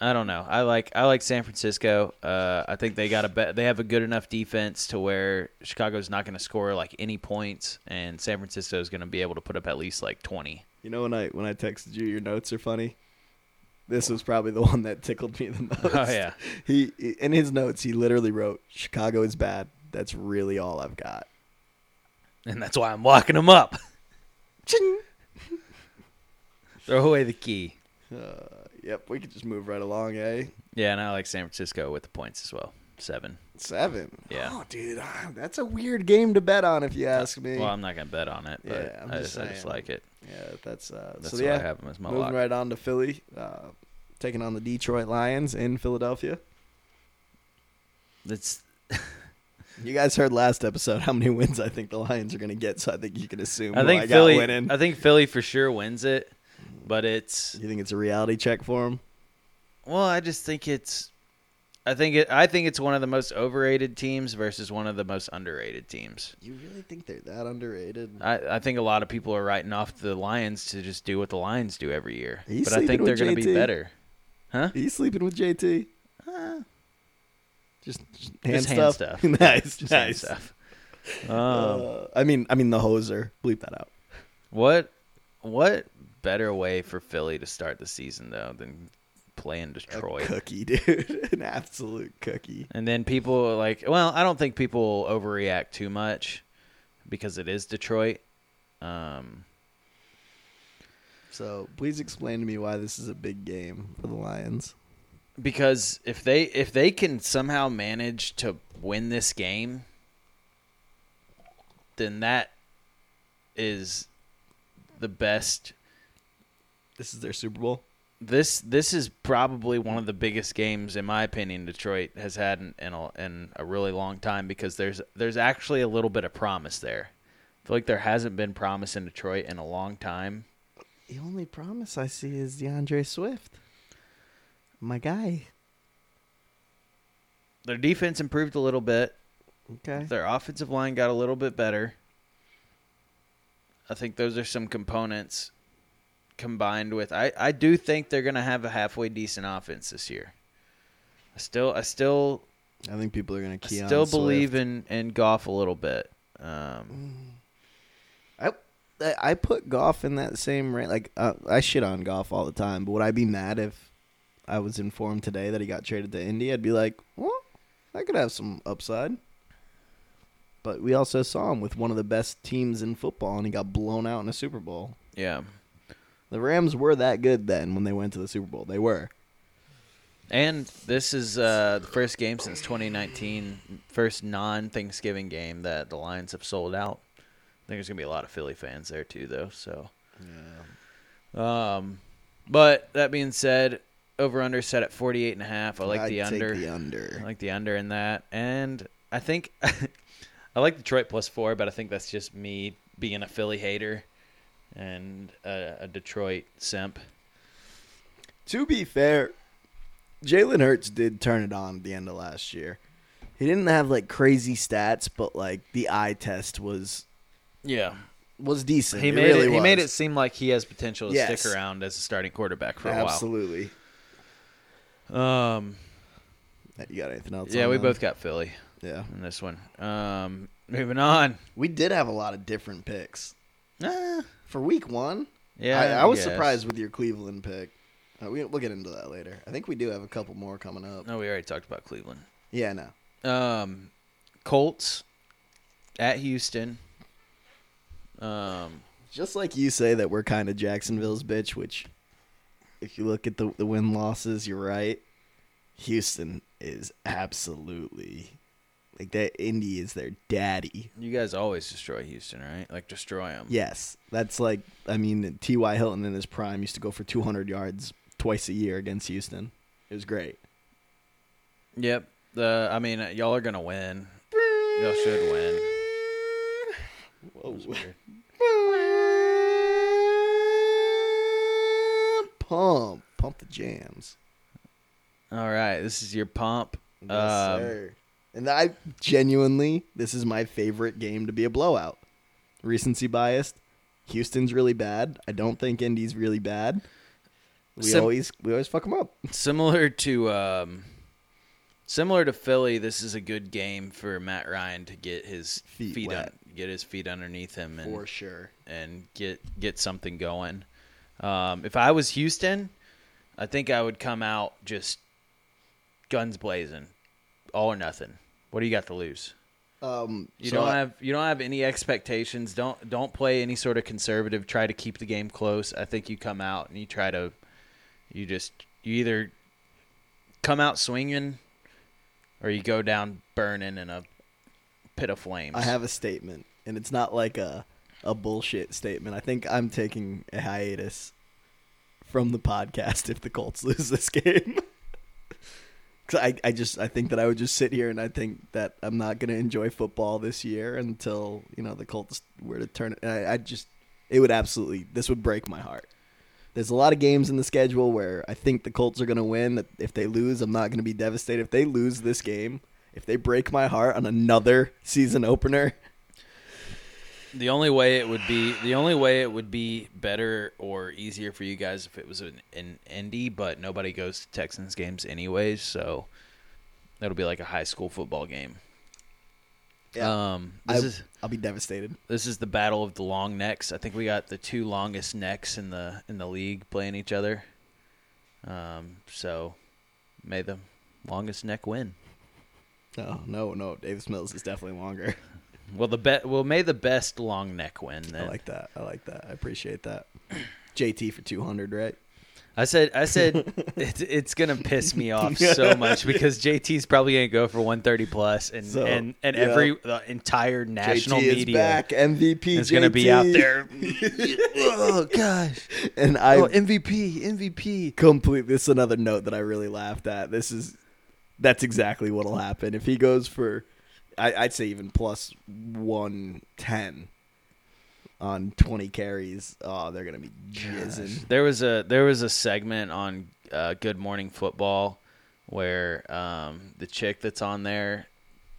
Speaker 1: I don't know. I like I like San Francisco. Uh, I think they got a bet. They have a good enough defense to where Chicago's not going to score like any points, and San Francisco is going to be able to put up at least like twenty.
Speaker 2: You know when I when I texted you, your notes are funny. This was probably the [LAUGHS] one that tickled me the most.
Speaker 1: Oh, yeah.
Speaker 2: He in his notes, he literally wrote, "Chicago is bad. That's really all I've got."
Speaker 1: and that's why I'm locking them up. [LAUGHS]
Speaker 2: Ching!
Speaker 1: Throw away the key.
Speaker 2: Uh, Yep, we could just move right along, eh?
Speaker 1: Yeah, and I like San Francisco with the points as well. Seven.
Speaker 2: Seven.
Speaker 1: Yeah.
Speaker 2: Oh, dude, ah, that's a weird game to bet on, if you ask me.
Speaker 1: Well, I'm not gonna bet on it, but
Speaker 2: Yeah, I'm
Speaker 1: I,
Speaker 2: just
Speaker 1: just, I just
Speaker 2: saying.
Speaker 1: like it.
Speaker 2: Yeah, that's uh.
Speaker 1: That's
Speaker 2: so
Speaker 1: what
Speaker 2: yeah,
Speaker 1: I have 'em as my
Speaker 2: moving
Speaker 1: lock.
Speaker 2: right on to Philly, uh, taking on the Detroit Lions in Philadelphia.
Speaker 1: It's
Speaker 2: You guys heard last episode how many wins I think the Lions are going to get, so I think you can assume.
Speaker 1: I
Speaker 2: who
Speaker 1: think
Speaker 2: I
Speaker 1: Philly.
Speaker 2: got winning.
Speaker 1: I think Philly for sure wins it, but it's
Speaker 2: you think it's a reality check for him?
Speaker 1: well. I just think it's. I think it. I think it's one of the most overrated teams versus one of the most underrated teams.
Speaker 2: You really think they're that underrated?
Speaker 1: I, I think a lot of people are writing off the Lions to just do what the Lions do every year,
Speaker 2: Are you
Speaker 1: but I
Speaker 2: sleeping
Speaker 1: think they're
Speaker 2: with
Speaker 1: going to be
Speaker 2: JT?
Speaker 1: better. Huh?
Speaker 2: Are you sleeping with JT? Just, just hand
Speaker 1: uh, just
Speaker 2: stuff.
Speaker 1: hand stuff.
Speaker 2: [LAUGHS] nice,
Speaker 1: Just hand
Speaker 2: nice. [LAUGHS]
Speaker 1: stuff. Um,
Speaker 2: Uh, I mean, I mean the hoser. Bleep that out.
Speaker 1: What what better way for Philly to start the season though than playing
Speaker 2: A
Speaker 1: Detroit?
Speaker 2: cookie, [LAUGHS] dude. An absolute cookie.
Speaker 1: And then people are like, well, I don't think people overreact too much because it is Detroit. Um,
Speaker 2: So please explain to me why this is a big game for the Lions.
Speaker 1: because if they if they can somehow manage to win this game, then that is the best
Speaker 2: This is their Super Bowl.
Speaker 1: this this is probably one of the biggest games in my opinion Detroit has had in, in, a, in a really long time because there's there's actually a little bit of promise there. I feel like there hasn't been promise in Detroit in a long time.
Speaker 2: The only promise I see is DeAndre Swift. My guy.
Speaker 1: Their defense improved a little bit.
Speaker 2: Okay.
Speaker 1: Their offensive line got a little bit better. I think those are some components combined with I, I do think they're gonna have a halfway decent offense this year. I still I still
Speaker 2: I think people are going
Speaker 1: I
Speaker 2: to key on
Speaker 1: still
Speaker 2: Swift.
Speaker 1: believe in, in golf a little bit. Um,
Speaker 2: I, I I put golf in that same range. Like uh, I shit on golf all the time, but would I be mad if I was informed today that he got traded to Indy? I'd be like, well, I could have some upside. But we also saw him with one of the best teams in football, and he got blown out in a Super Bowl.
Speaker 1: yeah.
Speaker 2: The Rams were that good then when they went to the Super Bowl. They were.
Speaker 1: And this is uh, the first game since 2019, first non Thanksgiving game that the Lions have sold out. I think there's going to be a lot of Philly fans there too, though. So, yeah. Um, but that being said, over under set at 48 and a half. I like
Speaker 2: I'd
Speaker 1: the
Speaker 2: take
Speaker 1: under.
Speaker 2: the under.
Speaker 1: I like the under in that, and I think [LAUGHS] I like Detroit plus four, but I think that's just me being a Philly hater and a, a Detroit simp.
Speaker 2: To be fair, Jalen Hurts did turn it on at the end of last year. He didn't have like crazy stats, but like the eye test was
Speaker 1: Yeah,
Speaker 2: was decent.
Speaker 1: he
Speaker 2: It
Speaker 1: made it,
Speaker 2: really
Speaker 1: he made it
Speaker 2: was.
Speaker 1: seem like he has potential to
Speaker 2: Yes.
Speaker 1: stick around as a starting quarterback for a
Speaker 2: absolutely.
Speaker 1: while. Um,
Speaker 2: Uh, You got anything else?
Speaker 1: yeah,
Speaker 2: on
Speaker 1: we
Speaker 2: that?
Speaker 1: both got Philly
Speaker 2: Yeah,
Speaker 1: in this one. Um, moving on.
Speaker 2: we did have a lot of different picks
Speaker 1: Ah,
Speaker 2: for week one.
Speaker 1: yeah,
Speaker 2: I, I was
Speaker 1: guess.
Speaker 2: surprised with your Cleveland pick. Uh, we, we'll get into that later. I think we do have a couple more coming up.
Speaker 1: No, we already talked about Cleveland.
Speaker 2: Yeah, no.
Speaker 1: Um, Colts at Houston. Um,
Speaker 2: Just like you say that we're kind of Jacksonville's bitch, which, if you look at the, the win losses, you're right. Houston is absolutely like that. Indy is their daddy.
Speaker 1: you guys always destroy Houston, right? Like destroy them.
Speaker 2: Yes, that's like I mean T.Y. Hilton in his prime used to go for 200 yards twice a year against Houston. It was great.
Speaker 1: Yep. The I mean, uh, y'all are gonna win. Y'all should win. That
Speaker 2: Whoa.
Speaker 1: was weird.
Speaker 2: Pump, pump the jams.
Speaker 1: All right, this is your pump.
Speaker 2: Yes,
Speaker 1: Um,
Speaker 2: sir. And I genuinely, this is my favorite game to be a blowout. Recency biased. Houston's really bad. I don't think Indy's really bad. We
Speaker 1: Sim-
Speaker 2: always we always fuck them up.
Speaker 1: Similar to um, similar to Philly, this is a good game for Matt Ryan to get his
Speaker 2: Feet
Speaker 1: feet,
Speaker 2: wet.
Speaker 1: un- get his feet underneath him and
Speaker 2: sure.
Speaker 1: and get get something going. Um, if I was Houston, I think I would come out just guns blazing, all or nothing. What do you got to lose?
Speaker 2: Um,
Speaker 1: You
Speaker 2: so
Speaker 1: don't
Speaker 2: I-
Speaker 1: have you don't have any expectations. Don't don't play any sort of conservative. Try to keep the game close. I think you come out and you try to you just you either come out swinging or you go down burning in a pit of flames.
Speaker 2: I have a statement, and it's not like a a bullshit statement. I think I'm taking a hiatus from the podcast [LAUGHS] if the Colts lose this game. [LAUGHS] 'Cause I, I just I think that I would just sit here and I think that I'm not gonna enjoy football this year until you know the Colts were to turn. I, I just it would absolutely this would break my heart. There's a lot of games in the schedule where I think the Colts are going to win. That if they lose, I'm not going to be devastated. If they lose this game, if they break my heart on another season opener,
Speaker 1: The only way it would be the only way it would be better or easier for you guys if it was an, an indie, but nobody goes to Texans games anyways, so that'll be like a high school football game.
Speaker 2: yeah,
Speaker 1: Um,
Speaker 2: I,
Speaker 1: this is
Speaker 2: I'll be devastated.
Speaker 1: this is the battle of the long necks. I think we got the two longest necks in the in the league playing each other. Um, so may the longest neck win.
Speaker 2: No, no, no. Davis Mills is definitely longer.
Speaker 1: Well, the bet. Well, may the best long neck win. Then
Speaker 2: I like that. I like that. I appreciate that. JT for 200, right?
Speaker 1: I said, I
Speaker 2: [LAUGHS]
Speaker 1: said, it's it's gonna piss me off so much because JT's probably gonna go for 130 plus, and
Speaker 2: So,
Speaker 1: and and
Speaker 2: yeah.
Speaker 1: every the entire national
Speaker 2: JT is
Speaker 1: media
Speaker 2: back. MVP
Speaker 1: is gonna be out
Speaker 2: JT.
Speaker 1: there. oh gosh!
Speaker 2: [LAUGHS] and I
Speaker 1: Oh MVP, MVP.
Speaker 2: complete this is another note that I really laughed at. This is that's exactly what'll happen. If he goes for I, I'd say even plus one ten on twenty carries, oh they're gonna be jizzing.
Speaker 1: There was a there was a segment on uh, Good Morning Football where um, the chick that's on there,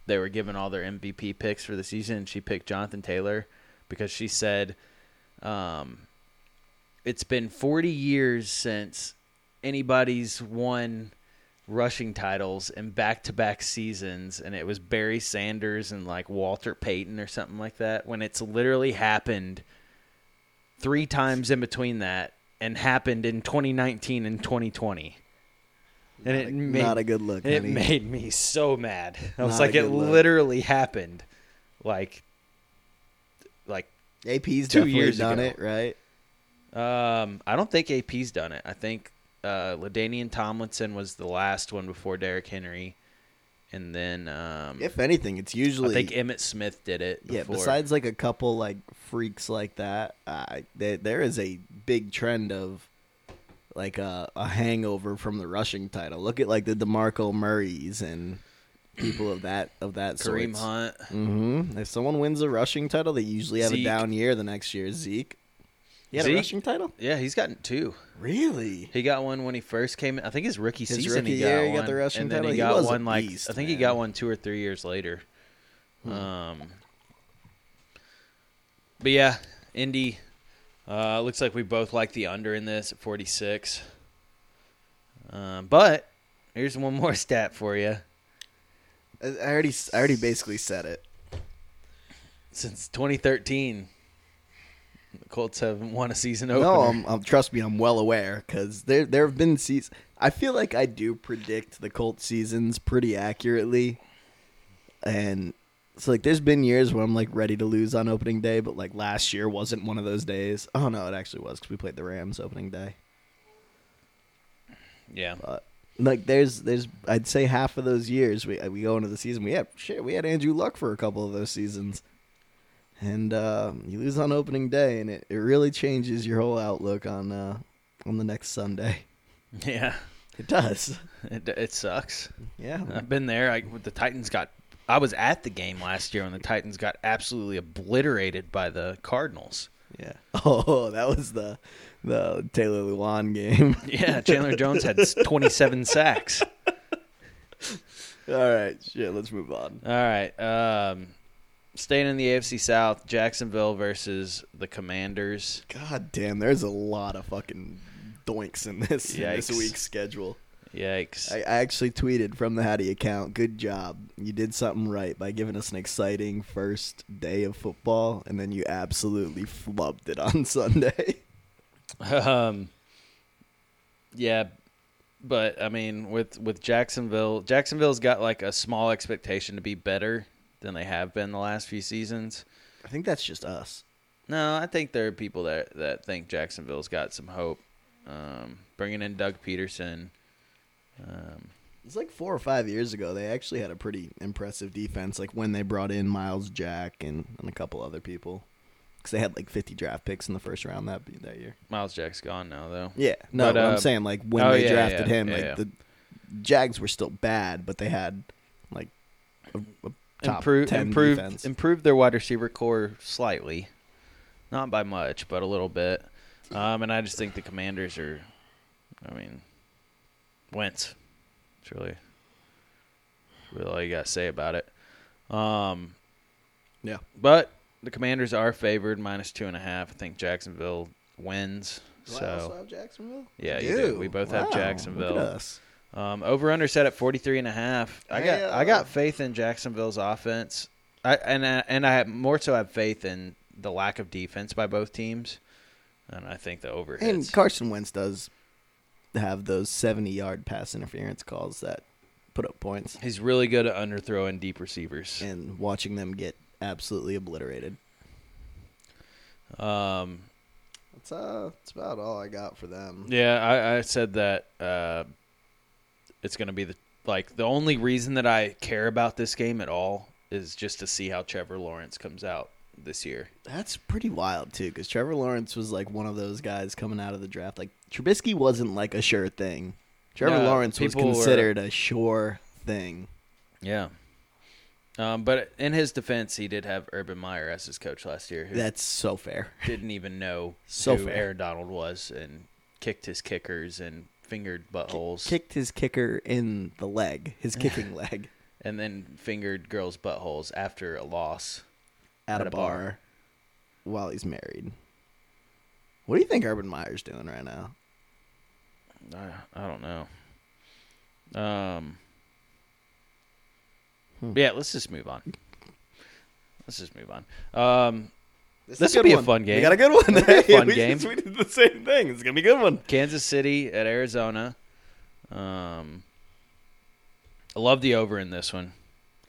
Speaker 1: they were given all their MVP picks for the season, and she picked Jonathan Taylor because she said, um, "It's been 40 years since anybody's won." Rushing titles in back to back seasons, and it was Barry Sanders and like Walter Payton or something like that. When it's literally happened three times in between that and happened in 2019 and 2020. And it made,
Speaker 2: Not a good look,
Speaker 1: it
Speaker 2: honey.
Speaker 1: made me so mad. I was
Speaker 2: Not a
Speaker 1: like, it
Speaker 2: good look.
Speaker 1: literally happened, like, like
Speaker 2: AP's
Speaker 1: Two
Speaker 2: definitely
Speaker 1: years
Speaker 2: done
Speaker 1: ago.
Speaker 2: it, right?
Speaker 1: um, I don't think AP's done it. I think uh, Ladainian Tomlinson was the last one before Derrick Henry, and then um,
Speaker 2: If anything, it's usually
Speaker 1: I think Emmett Smith did it.
Speaker 2: yeah.
Speaker 1: before.
Speaker 2: Besides like a couple like freaks like that, I there, there is a big trend of like a, a hangover from the rushing title. Look at like the Demarco Murrays and people of that of that sort.
Speaker 1: Kareem Hunt,
Speaker 2: Mm-hmm. If someone wins a rushing title, they usually have
Speaker 1: Zeke.
Speaker 2: a down year the next year. Zeke, he had
Speaker 1: Zeke?
Speaker 2: a rushing title.
Speaker 1: yeah, he's gotten two.
Speaker 2: Really?
Speaker 1: He got one when he first came. in. I think his rookie
Speaker 2: His
Speaker 1: season
Speaker 2: rookie
Speaker 1: he got
Speaker 2: year, he
Speaker 1: one,
Speaker 2: got the rushing
Speaker 1: and then
Speaker 2: title.
Speaker 1: he
Speaker 2: He
Speaker 1: got
Speaker 2: was a
Speaker 1: one like
Speaker 2: beast,
Speaker 1: I think he
Speaker 2: man. Hmm.
Speaker 1: got one two or three years later. Um, but yeah, Indy. Uh, looks like we both like the under in this at forty six. Um, but here's one more [LAUGHS] stat for you.
Speaker 2: I I already I already basically said it.
Speaker 1: Since 2013, The Colts haven't won a season opener.
Speaker 2: No, um, I'm, I'm, trust me, I'm well aware because there there have been seasons. I feel like I do predict the Colts seasons pretty accurately, and so like there's been years where I'm like ready to lose on opening day, but like last year wasn't one of those days. Oh no, it actually was because we played the Rams opening day.
Speaker 1: yeah. [LAUGHS]
Speaker 2: But Uh, like there's there's I'd say half of those years we we go into the season we had shit we had Andrew Luck for a couple of those seasons, and uh, you lose on opening day and it, it really changes your whole outlook on uh, on the next Sunday. [LAUGHS]
Speaker 1: Yeah.
Speaker 2: It does.
Speaker 1: It, it sucks. [LAUGHS]
Speaker 2: Yeah.
Speaker 1: I've been there. I, the Titans got. I was at the game last year when the Titans got absolutely obliterated by the Cardinals.
Speaker 2: Yeah. [LAUGHS] Oh, that was the the Taylor Lewan game.
Speaker 1: [LAUGHS] [LAUGHS] Yeah, Chandler Jones had 27 sacks.
Speaker 2: [LAUGHS] All right. Shit. Let's move on.
Speaker 1: All right. Um, staying in the AFC South, Jacksonville versus the Commanders.
Speaker 2: God damn. There's a lot of fucking doinks in this in this
Speaker 1: Yikes.
Speaker 2: week's schedule.
Speaker 1: Yikes.
Speaker 2: I, I actually tweeted from the Howdy account. Good job. You did something right by giving us an exciting first day of football, and then you absolutely flubbed it on [LAUGHS] Sunday.
Speaker 1: Um, yeah, but I mean, with with Jacksonville, Jacksonville's got like a small expectation to be better than they have been the last few seasons.
Speaker 2: I think that's just us.
Speaker 1: No, I think there are people that that think Jacksonville's got some hope. Um, bringing in Doug Peterson. Um,
Speaker 2: It's like four or five years ago. They actually had a pretty impressive defense, like when they brought in Miles Jack and, and a couple other people, because they had like 50 draft picks in the first round that that year.
Speaker 1: Miles Jack's gone now, though.
Speaker 2: Yeah, no,
Speaker 1: But,
Speaker 2: but,
Speaker 1: uh,
Speaker 2: I'm saying like when
Speaker 1: oh,
Speaker 2: they
Speaker 1: yeah, yeah,
Speaker 2: drafted him,
Speaker 1: yeah,
Speaker 2: like
Speaker 1: yeah.
Speaker 2: the Jags were still bad, but they had like a, a top
Speaker 1: Improve,
Speaker 2: 10
Speaker 1: improved,
Speaker 2: defense.
Speaker 1: improved their wide receiver core slightly, not by much, but a little bit. Um, and I just think the Commanders are, I mean, Wentz. It's really, really all you got to say about it. Um,
Speaker 2: yeah,
Speaker 1: but the Commanders are favored minus two and a half. I think Jacksonville wins.
Speaker 2: Do I also
Speaker 1: So
Speaker 2: have Jacksonville?
Speaker 1: Yeah, you do. We both have
Speaker 2: Wow, look at
Speaker 1: Jacksonville.
Speaker 2: us.
Speaker 1: um, over under set at 43 and a half. I got I got faith in Jacksonville's offense. I and I, and I have more so have faith in the lack of defense by both teams. And I think the over
Speaker 2: And
Speaker 1: hits.
Speaker 2: Carson Wentz does have those 70 yard pass interference calls that put up points
Speaker 1: He's really good at underthrowing deep receivers.
Speaker 2: and watching them get absolutely obliterated.
Speaker 1: Um,
Speaker 2: That's, uh, that's about all I got for them.
Speaker 1: Yeah, I, I said that uh, it's going to be the like the only reason that I care about this game at all is just to see how Trevor Lawrence comes out this year.
Speaker 2: That's pretty wild, too, because Trevor Lawrence was like one of those guys coming out of the draft. Like, Trubisky wasn't like a sure thing. Trevor
Speaker 1: Yeah,
Speaker 2: Lawrence was
Speaker 1: people were-
Speaker 2: considered a sure thing.
Speaker 1: Yeah. Um, but in his defense, he did have Urban Meyer as his coach last year, who
Speaker 2: That's so fair. [LAUGHS]
Speaker 1: didn't even know
Speaker 2: So
Speaker 1: who
Speaker 2: fair.
Speaker 1: Aaron Donald was and kicked his kickers and fingered buttholes
Speaker 2: Kicked his kicker in the leg, his [LAUGHS] kicking leg,
Speaker 1: and then fingered girls' buttholes after a loss.
Speaker 2: at,
Speaker 1: At
Speaker 2: a,
Speaker 1: a
Speaker 2: bar,
Speaker 1: bar.
Speaker 2: while he's married. What do you think Urban Meyer's doing right now?
Speaker 1: I, I don't know. Um.
Speaker 2: Hmm.
Speaker 1: Yeah, let's just move on. Let's just move on. Um, This
Speaker 2: will
Speaker 1: will be a fun game.
Speaker 2: We got a [LAUGHS] good one.
Speaker 1: It'll be a fun
Speaker 2: We-
Speaker 1: game.
Speaker 2: [LAUGHS] We did the same thing. It's gonna be a good one.
Speaker 1: Kansas City at Arizona. Um, I love the over in this one.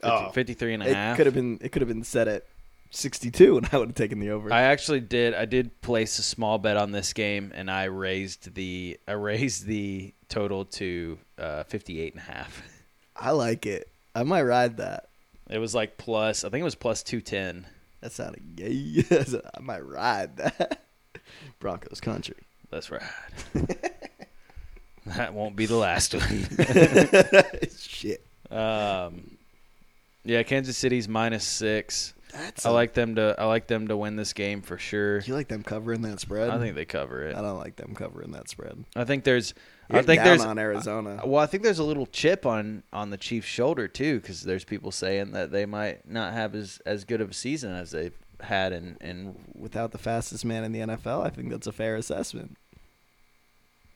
Speaker 1: 50,
Speaker 2: Oh.
Speaker 1: 53 and a
Speaker 2: It
Speaker 1: half.
Speaker 2: could have been. It could have been set at sixty-two, and I would have taken the over.
Speaker 1: I actually did. I did place a small bet on this game, and I raised the I raised the total to uh, 58 and a half. [LAUGHS]
Speaker 2: I like it. I might ride that.
Speaker 1: It was like plus. I think it was plus 210.
Speaker 2: That's not a gay. [LAUGHS] that's a- I might ride that. [LAUGHS]
Speaker 1: [LAUGHS]
Speaker 2: Broncos country. [LAUGHS]
Speaker 1: That's right. that won't be the last one.
Speaker 2: [LAUGHS] Shit.
Speaker 1: Um, yeah, Kansas City's minus six.
Speaker 2: That's.
Speaker 1: I
Speaker 2: a-
Speaker 1: like them to. I like them to win this game for sure.
Speaker 2: You like them covering that spread?
Speaker 1: I think they cover it.
Speaker 2: I don't like them covering that spread.
Speaker 1: I think there's. I
Speaker 2: You're
Speaker 1: think
Speaker 2: down
Speaker 1: there's.
Speaker 2: on Arizona.
Speaker 1: Well, I think there's a little chip on on the Chiefs' shoulder too, because there's people saying that they might not have as as good of a season as they've had, and and
Speaker 2: without the fastest man in the NFL, I think that's a fair assessment.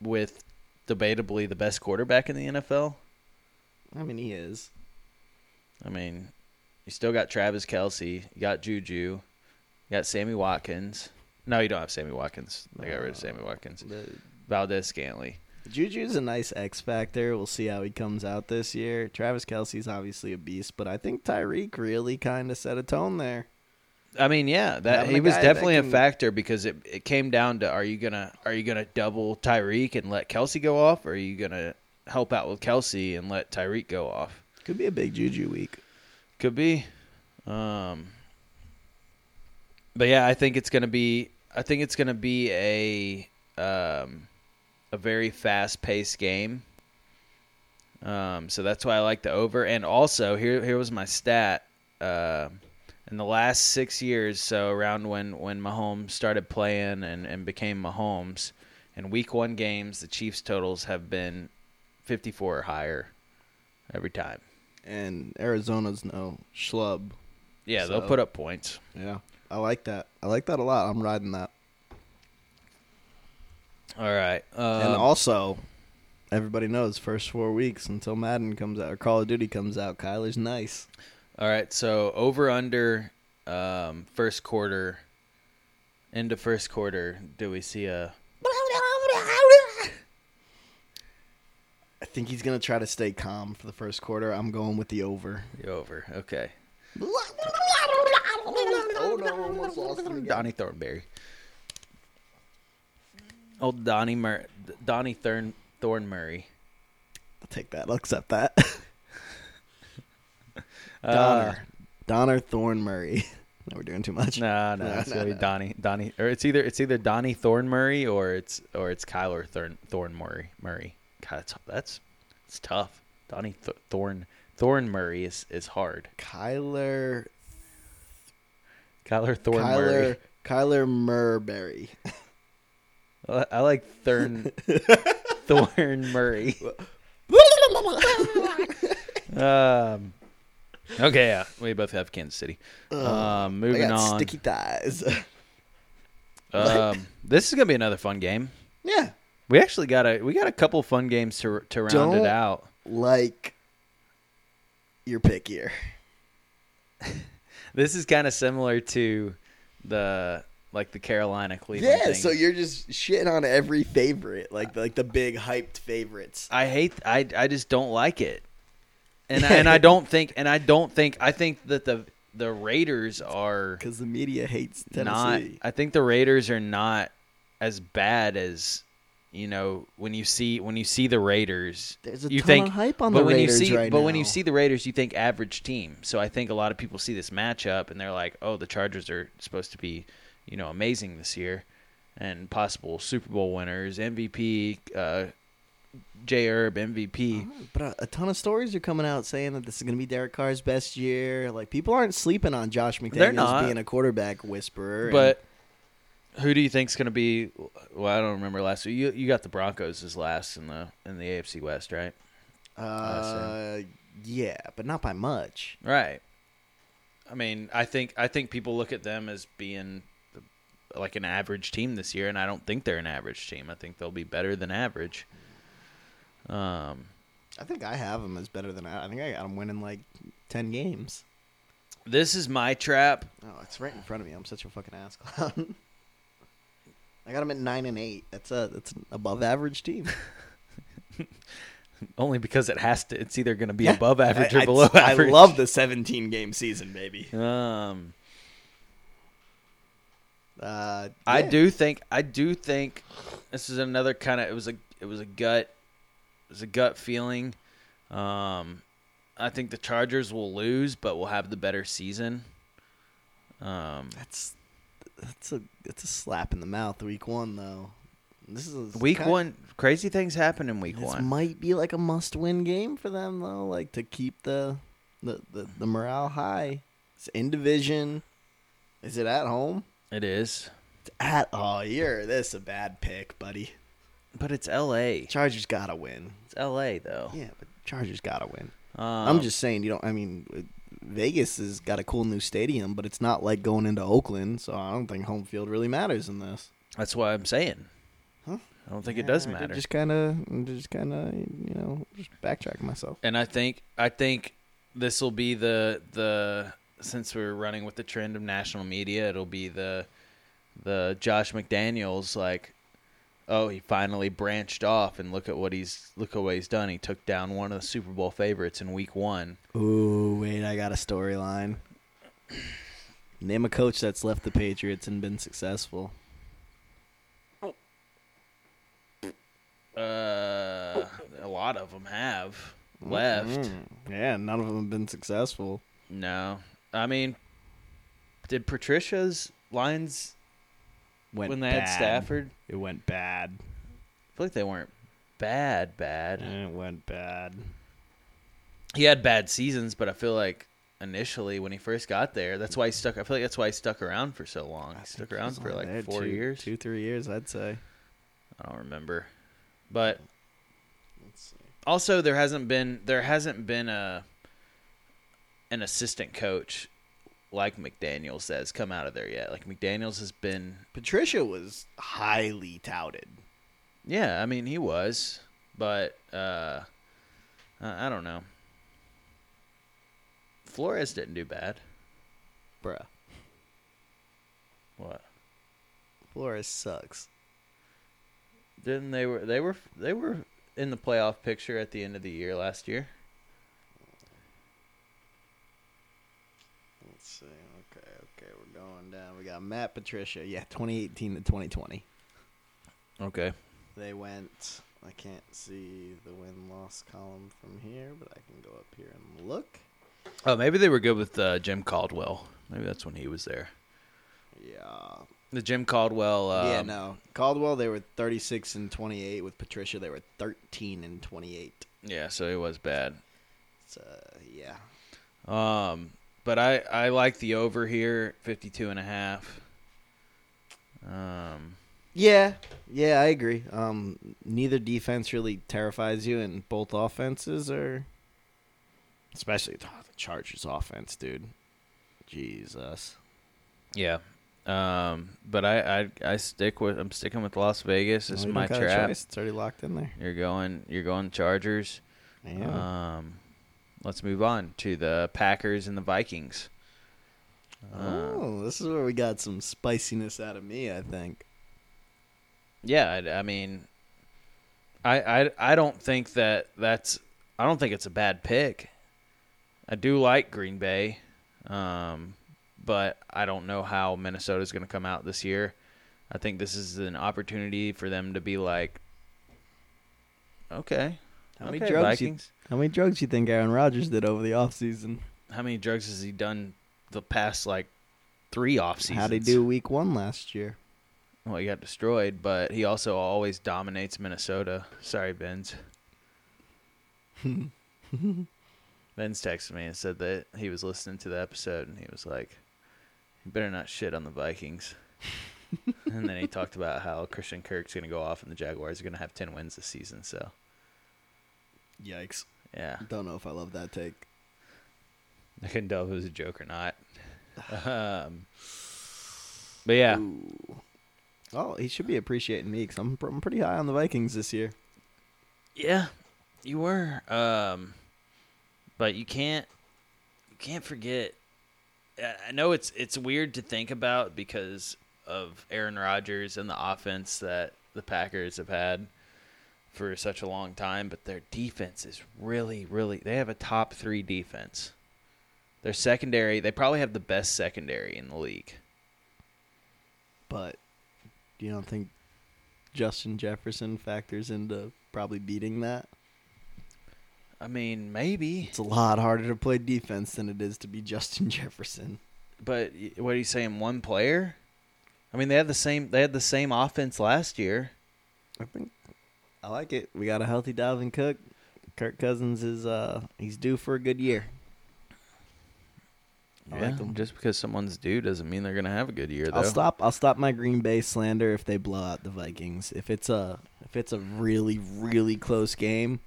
Speaker 1: with debatably the best quarterback in the NFL.
Speaker 2: I mean, he is.
Speaker 1: I mean, you still got Travis Kelsey, you got Juju, you got Sammy Watkins. No, you don't have Sammy Watkins. They got rid of Sammy Watkins.
Speaker 2: The-
Speaker 1: Valdez Scantley.
Speaker 2: Juju's a nice X factor. We'll see how he comes out this year. Travis Kelsey's obviously a beast, but I think Tyreek really kind of set a tone there.
Speaker 1: I mean, yeah, that
Speaker 2: Having
Speaker 1: he
Speaker 2: a
Speaker 1: was
Speaker 2: guy that
Speaker 1: definitely a
Speaker 2: can-
Speaker 1: factor because it, it came down to are you gonna are you gonna double Tyreek and let Kelsey go off, or are you gonna help out with Kelsey and let Tyreek go off?
Speaker 2: Could be a big Juju week.
Speaker 1: Could be. Um, but yeah, I think it's gonna be. I think it's gonna be a um, a very fast paced game. Um, so that's why I like the over. And also, here here was my stat. Uh, in the last six years, so around when when Mahomes started playing and and became Mahomes, in Week One games, the Chiefs totals have been fifty four or higher every time.
Speaker 2: And Arizona's no schlub.
Speaker 1: Yeah,
Speaker 2: So-
Speaker 1: they'll put up points.
Speaker 2: Yeah. I like that. I like that a lot. I'm riding that.
Speaker 1: All right. Um,
Speaker 2: and also, everybody knows first four weeks until Madden comes out or Call of Duty comes out, Kyler's nice.
Speaker 1: all right. So over under um, first quarter, into first quarter, do we see a?
Speaker 2: I think he's going to try to stay calm for the first quarter. I'm going with the over.
Speaker 1: the over. Okay.
Speaker 3: Oh no, almost lost him again.
Speaker 1: Donnie Thornberry. Old Donnie Mur- Donnie Thorn Thorn Murray.
Speaker 2: I'll take that. I'll accept that.
Speaker 1: [LAUGHS] Uh,
Speaker 2: Donner. Donner Thorne Murray. [LAUGHS] no, we're doing too much.
Speaker 1: no, no,
Speaker 2: No,
Speaker 1: it's
Speaker 2: no,
Speaker 1: gonna be
Speaker 2: no.
Speaker 1: Donnie Donnie, or it's either it's either Donnie Thorn Murray or it's or it's Kyler Thorn Thorn Murray Murray. God, that's that's it's tough. Donnie Th- Thorn Thorn Murray is is hard.
Speaker 2: Kyler.
Speaker 1: Kyler Thorn
Speaker 2: Kyler.
Speaker 1: Murray.
Speaker 2: Kyler Murberry.
Speaker 1: I I like
Speaker 2: [LAUGHS]
Speaker 1: Thorn Thorn Murray. Um, okay, yeah, we both have Kansas City. Um,
Speaker 2: I
Speaker 1: [LAUGHS] moving
Speaker 2: got
Speaker 1: on.
Speaker 2: sticky thighs. [LAUGHS]
Speaker 1: Um, this is gonna be another fun game.
Speaker 2: yeah.
Speaker 1: We actually got a we got a couple fun games to to round
Speaker 2: Don't-
Speaker 1: it out.
Speaker 2: Like your pick here.
Speaker 1: This is kind of similar to the like the Carolina Cleveland
Speaker 2: Yeah,
Speaker 1: thing.
Speaker 2: so you're just shitting on every favorite, like like the big hyped favorites.
Speaker 1: I hate I I just don't like it.
Speaker 2: [LAUGHS]
Speaker 1: And I, and I don't think and I don't think I think that the the Raiders are
Speaker 2: Because the media hates Tennessee.
Speaker 1: not I think the Raiders are not as bad as you know when you see when you see the Raiders
Speaker 2: There's a
Speaker 1: you
Speaker 2: ton
Speaker 1: think
Speaker 2: of hype on
Speaker 1: but
Speaker 2: the
Speaker 1: when
Speaker 2: Raiders
Speaker 1: you see
Speaker 2: right
Speaker 1: but when you
Speaker 2: now.
Speaker 1: see the Raiders you think average team so I think a lot of people see this matchup and they're like oh the Chargers are supposed to be you know amazing this year and possible Super Bowl winners MVP uh J Herb MVP
Speaker 2: But uh, a, a ton of stories are coming out saying that this is going to be Derek Carr's best year. Like people aren't sleeping on Josh
Speaker 1: They're
Speaker 2: McDaniels
Speaker 1: not.
Speaker 2: being a quarterback whisperer. and-
Speaker 1: but who do you think's going to be well I don't remember last you you got the Broncos as last in the in the AFC West right
Speaker 2: Uh, yeah, but not by much.
Speaker 1: Right. I mean, I think I think people look at them as being like an average team this year, and I don't think they're an average team. I think they'll be better than average. Um,
Speaker 2: I think I have him as better than I. I think I got him winning like ten games.
Speaker 1: this is my trap.
Speaker 2: Oh, it's right in front of me. I'm such a fucking ass clown. [LAUGHS] I got him at nine and eight. That's a that's an above average team.
Speaker 1: Only because it has to. It's either going to [LAUGHS] be
Speaker 2: Yeah.
Speaker 1: above average
Speaker 2: [LAUGHS] I-
Speaker 1: or below
Speaker 2: I,
Speaker 1: average. [LAUGHS]
Speaker 2: I love the 17 game season, baby.
Speaker 1: Um,
Speaker 2: Uh,
Speaker 1: I
Speaker 2: yeah.
Speaker 1: do think I do think this is another kind of it was a it was a gut it was a gut feeling. Um, I think the Chargers will lose, but will have the better season. Um,
Speaker 2: That's that's a that's a slap in the mouth. Week one though. This is
Speaker 1: week
Speaker 2: kind-
Speaker 1: one, crazy things happen in week
Speaker 2: This
Speaker 1: one.
Speaker 2: might be like a must win game for them though, like to keep the the, the, the morale high. It's in division. Is it at home?
Speaker 1: it is,
Speaker 2: It's at oh, you're this a bad pick, buddy.
Speaker 1: but it's L.A.
Speaker 2: Chargers gotta win.
Speaker 1: It's L.A. though.
Speaker 2: Yeah, but Chargers gotta win.
Speaker 1: Um,
Speaker 2: I'm just saying you don't. I mean, uh, Vegas has got a cool new stadium, but it's not like going into Oakland, so I don't think home field really matters in this.
Speaker 1: that's why I'm saying.
Speaker 2: Huh?
Speaker 1: I don't think it does
Speaker 2: Yeah, I did
Speaker 1: matter.
Speaker 2: Just kind of, just kind of, you know, just backtracking myself.
Speaker 1: and I think I think this will be the the since we're running with the trend of national media, it'll be the the Josh McDaniels like oh he finally branched off and look at what he's look at what he's done. He took down one of the Super Bowl favorites in week 1.
Speaker 2: Ooh, wait, I got a storyline. Name a coach that's left the Patriots and been successful.
Speaker 1: Uh a lot of them have
Speaker 2: Mm-hmm.
Speaker 1: left.
Speaker 2: Yeah, none of them have been successful.
Speaker 1: No. I mean did Patricia's Lions
Speaker 2: Went
Speaker 1: when they
Speaker 2: bad.
Speaker 1: had Stafford?
Speaker 2: it went bad.
Speaker 1: I feel like they weren't bad bad.
Speaker 2: It went bad.
Speaker 1: he had bad seasons, but I feel like initially when he first got there, that's why he stuck. I feel like that's why he stuck around for so long. He stuck around for
Speaker 2: They
Speaker 1: like
Speaker 2: had
Speaker 1: four
Speaker 2: two-
Speaker 1: years.
Speaker 2: two, three years, I'd say.
Speaker 1: I don't remember, but also there hasn't been there hasn't been a an assistant coach like McDaniel's that has come out of there yet. Like McDaniel's has been,
Speaker 2: Patricia was highly touted.
Speaker 1: yeah, I mean he was, but uh, I I don't know. Flores didn't do bad.
Speaker 2: Bruh,
Speaker 1: What?
Speaker 2: Flores sucks.
Speaker 1: Didn't they were they were they were in the playoff picture at the end of the year last year?
Speaker 2: Let's see. Okay, okay, we're going down. We got Matt Patricia. Yeah, 2018 to 2020.
Speaker 1: Okay.
Speaker 2: They went. I can't see the win loss column from here, but I can go up here and look.
Speaker 1: Oh, maybe they were good with uh, Jim Caldwell. Maybe that's when he was there.
Speaker 2: Yeah.
Speaker 1: The Jim Caldwell. Um,
Speaker 2: yeah, no. Caldwell, they were 36 and 28. With Patricia, they were 13 and 28.
Speaker 1: Yeah, so it was bad.
Speaker 2: So, yeah.
Speaker 1: Um, but I I like the over here, fifty two and a half. Um,
Speaker 2: Yeah, yeah, I agree. Um, neither defense really terrifies you, and both offenses are, especially oh, the Chargers' offense, dude. Jesus,
Speaker 1: yeah. Um, but I, I I stick with I'm sticking with Las Vegas. This is
Speaker 2: Well, Oh, you
Speaker 1: my
Speaker 2: don't got a
Speaker 1: trap.
Speaker 2: choice. It's already locked in there.
Speaker 1: You're going you're going Chargers.
Speaker 2: Yeah.
Speaker 1: Um, let's move on to the Packers and the Vikings.
Speaker 2: oh, this is where we got some spiciness out of me. I think.
Speaker 1: Yeah, I, I mean, I, I I don't think that that's I don't think it's a bad pick. I do like Green Bay, um, but I don't know how Minnesota's going to come out this year. I think this is an opportunity for them to be like, okay,
Speaker 2: How many
Speaker 1: okay,
Speaker 2: drugs
Speaker 1: Vikings.
Speaker 2: you How many drugs you think Aaron Rodgers did over the offseason?
Speaker 1: How many drugs has he done the past like three off seasons?
Speaker 2: How'd he do week one last year?
Speaker 1: Well, he got destroyed, but he also always dominates Minnesota. Sorry, [LAUGHS] Benz. Benz texted me and said that he was listening to the episode and he was like, "You better not shit on the [LAUGHS] Vikings." and then he talked about how Christian Kirk's going to go off and the Jaguars are going to have ten wins this season. So,
Speaker 2: Yikes!
Speaker 1: yeah,
Speaker 2: Don't know if I love that take.
Speaker 1: I couldn't tell if it was a joke or [SIGHS] not. Um, but yeah,
Speaker 2: Oh, he should be appreciating me because I'm, I'm pretty high on the Vikings this year.
Speaker 1: Yeah, you were. Um, but you can't you can't forget. I- I know it's it's weird to think about because of Aaron Rodgers and the offense that the Packers have had for such a long time, but their defense is really, really. They have a top three defense. Their secondary, they probably have the best secondary in the league.
Speaker 2: But you don't think Justin Jefferson factors into probably beating that?
Speaker 1: I mean, maybe,
Speaker 2: It's a lot harder to play defense than it is to be Justin [LAUGHS] Jefferson.
Speaker 1: but y- what are you saying? One player? I mean, they had the same. They had the same offense last year.
Speaker 2: I think I like it. We got a healthy Dalvin Cook. Kirk Cousins is uh he's due for a good year. I like them.
Speaker 1: Just because someone's due doesn't mean they're gonna have a good year, though.
Speaker 2: I'll stop. I'll stop my Green Bay slander if they blow out the Vikings. If it's a if it's a really really close game,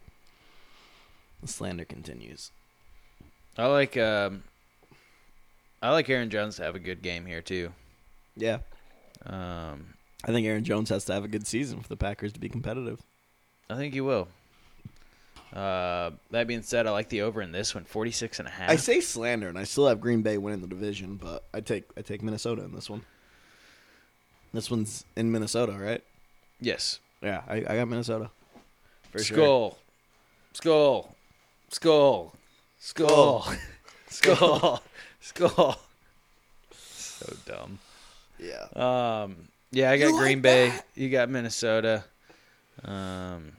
Speaker 2: the slander continues.
Speaker 1: I like um, I like Aaron Jones to have a good game here too.
Speaker 2: Yeah,
Speaker 1: Um,
Speaker 2: I think Aaron Jones has to have a good season for the Packers to be competitive.
Speaker 1: I think he will. Uh, that being said, I like the over in this one, 46 and a half.
Speaker 2: I say slander, and I still have Green Bay winning the division, but I take I take Minnesota in this one. This one's in Minnesota, right?
Speaker 1: Yes.
Speaker 2: Yeah, I, I got Minnesota. For
Speaker 1: Skull. Skull. Skull. Skull. [LAUGHS] Skull. Skull. So dumb.
Speaker 2: Yeah.
Speaker 1: Um, yeah, I got Green Bay. You got Minnesota. Um,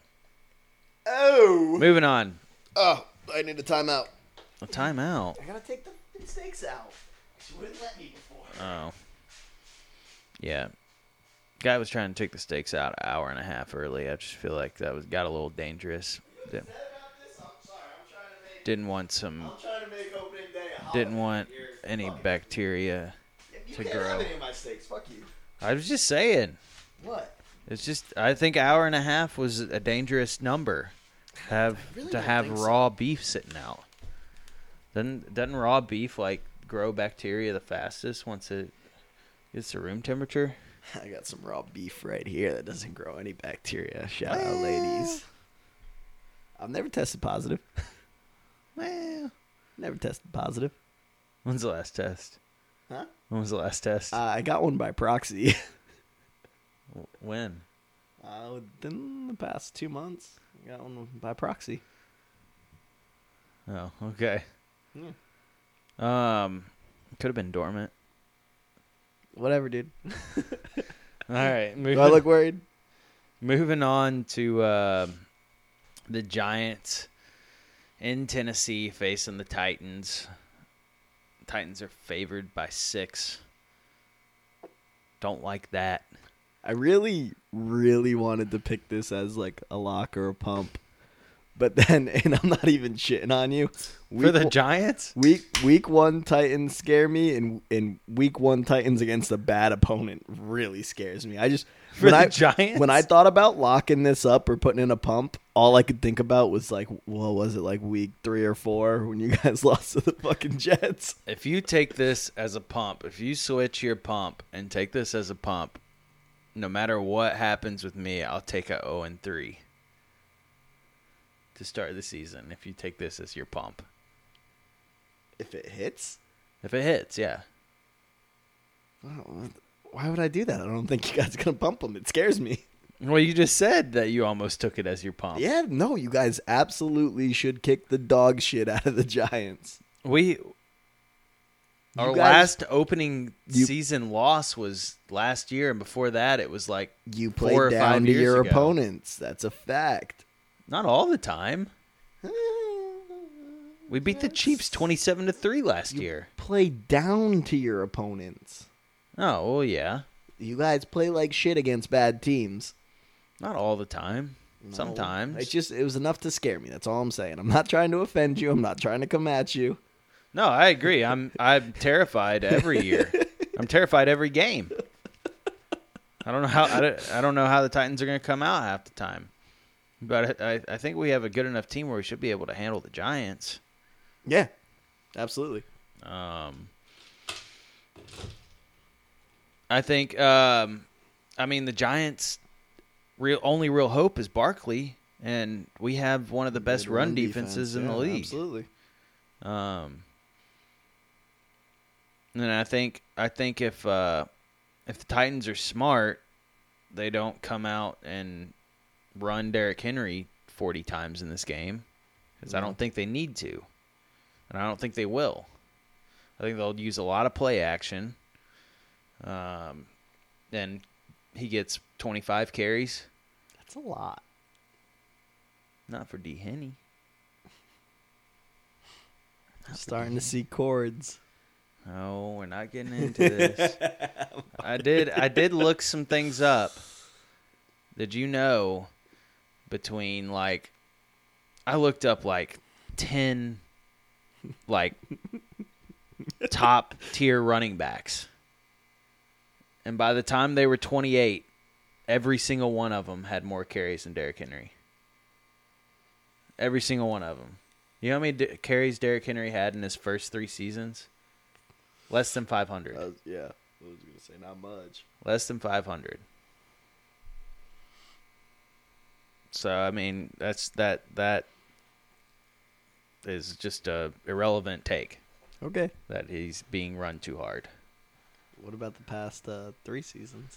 Speaker 2: Oh.
Speaker 1: moving on.
Speaker 2: Oh, I need a timeout.
Speaker 1: A timeout.
Speaker 2: I gotta take the snakes out. She wouldn't let me before.
Speaker 1: Oh. Yeah. Guy was trying to take the stakes out an hour and a half early. I just feel like that was got a little dangerous. Di- Didn't want some.
Speaker 2: trying to make opening day a
Speaker 1: Didn't want any bacteria.
Speaker 2: You
Speaker 1: to can't have grow. any
Speaker 2: of my steaks. Fuck you.
Speaker 1: I was just saying.
Speaker 2: What?
Speaker 1: It's just I think hour and a half was a dangerous number. To have
Speaker 2: really
Speaker 1: to
Speaker 2: don't
Speaker 1: have
Speaker 2: think so.
Speaker 1: raw beef sitting out. Doesn't doesn't raw beef like grow bacteria the fastest once it gets to room temperature?
Speaker 2: [LAUGHS] I got some raw beef right here that doesn't grow any bacteria. Shout out, ladies. I've never tested positive. [LAUGHS]
Speaker 1: Well,
Speaker 2: Never tested positive.
Speaker 1: when's the last test?
Speaker 2: Huh?
Speaker 1: When was the last test?
Speaker 2: Uh, I got one by proxy. [LAUGHS]
Speaker 1: W- when?
Speaker 2: uh, within the past two months, I got one by proxy.
Speaker 1: Oh, okay.
Speaker 2: Hmm.
Speaker 1: Um, could have been
Speaker 2: [LAUGHS]
Speaker 1: dormant.
Speaker 2: Whatever, dude.
Speaker 1: All right,
Speaker 2: Do
Speaker 1: moving,
Speaker 2: I [LAUGHS] look worried?
Speaker 1: moving on to uh, the Giants in Tennessee facing the Titans. Titans are favored by six. Don't like that.
Speaker 2: I really, really wanted to pick this as like a lock or a pump, but then, [LAUGHS] and I'm not even shitting on you. Week
Speaker 1: For the
Speaker 2: one-
Speaker 1: Giants,
Speaker 2: week week one Titans scare me, and and week one Titans against a bad opponent really scares me. I just
Speaker 1: [LAUGHS] For
Speaker 2: when
Speaker 1: the
Speaker 2: I
Speaker 1: Giants?
Speaker 2: when I thought about locking this up or putting in a pump, all I could think about was like, what was it like week three or four when you [LAUGHS] guys lost to the fucking Jets?
Speaker 1: if you take this as a pump, if you switch your pump and take this as a pump, no matter what happens with me, I'll take a 0 and 3 to start the season if you take this as your pump.
Speaker 2: If it hits,
Speaker 1: If it hits, yeah.
Speaker 2: Wow, why would I do that? I don't think you guys are gonna pump them. It scares me.
Speaker 1: Well, you just said that you almost took it as your pump.
Speaker 2: Yeah, no, you guys absolutely should kick the dog shit out of the Giants.
Speaker 1: We our
Speaker 2: guys-
Speaker 1: last opening
Speaker 2: You-
Speaker 1: season loss was last year and before that it was like
Speaker 2: You
Speaker 1: Four
Speaker 2: played
Speaker 1: or five
Speaker 2: down to
Speaker 1: years
Speaker 2: your
Speaker 1: ago.
Speaker 2: opponents. That's a fact.
Speaker 1: not all the time. We beat the
Speaker 2: Yes.
Speaker 1: Chiefs 27 to 3 last
Speaker 2: You
Speaker 1: year.
Speaker 2: [LAUGHS] Play down to your opponents.
Speaker 1: Oh, well, yeah.
Speaker 2: You guys play like shit against bad teams.
Speaker 1: Not all the time.
Speaker 2: No.
Speaker 1: Sometimes.
Speaker 2: It's just it was enough to scare me. That's all I'm saying. I'm not trying to offend you. I'm not trying to come at you.
Speaker 1: No, I agree. I'm I'm terrified every year. I'm terrified every game. I don't know how I don't, I don't know how the Titans are going to come out half the time. But I, I I think we have a good enough team where we should be able to handle the Giants.
Speaker 2: Yeah. Absolutely.
Speaker 1: Um I think um I mean the Giants real only real hope is Barkley and we have one of the best
Speaker 2: Good
Speaker 1: run, defenses
Speaker 2: defense.
Speaker 1: in the
Speaker 2: Yeah,
Speaker 1: league.
Speaker 2: Absolutely.
Speaker 1: Um, and I think I think if uh, if the Titans are smart, they don't come out and run Derrick Henry forty times in this game because I don't think they need to, and I don't think they will. I think they'll use a lot of play action. Um, and he gets twenty five carries,
Speaker 2: That's a lot.
Speaker 1: not for D Henny.
Speaker 2: I'm starting to see chords.
Speaker 1: No, we're not getting into this. I did I did look some things up. Did you know between like I looked up like 10 like top tier running backs. And by the time they were 28, every single one of them had more carries than Derrick Henry. Every single one of them. You know how many d- carries Derrick Henry had in his first 3 seasons? Less than 500.
Speaker 2: Uh, yeah. I was gonna say not much.
Speaker 1: Less than 500. So I mean, that's that that is just a irrelevant take
Speaker 2: Okay.
Speaker 1: that he's being run too hard.
Speaker 2: What about the past uh, three seasons?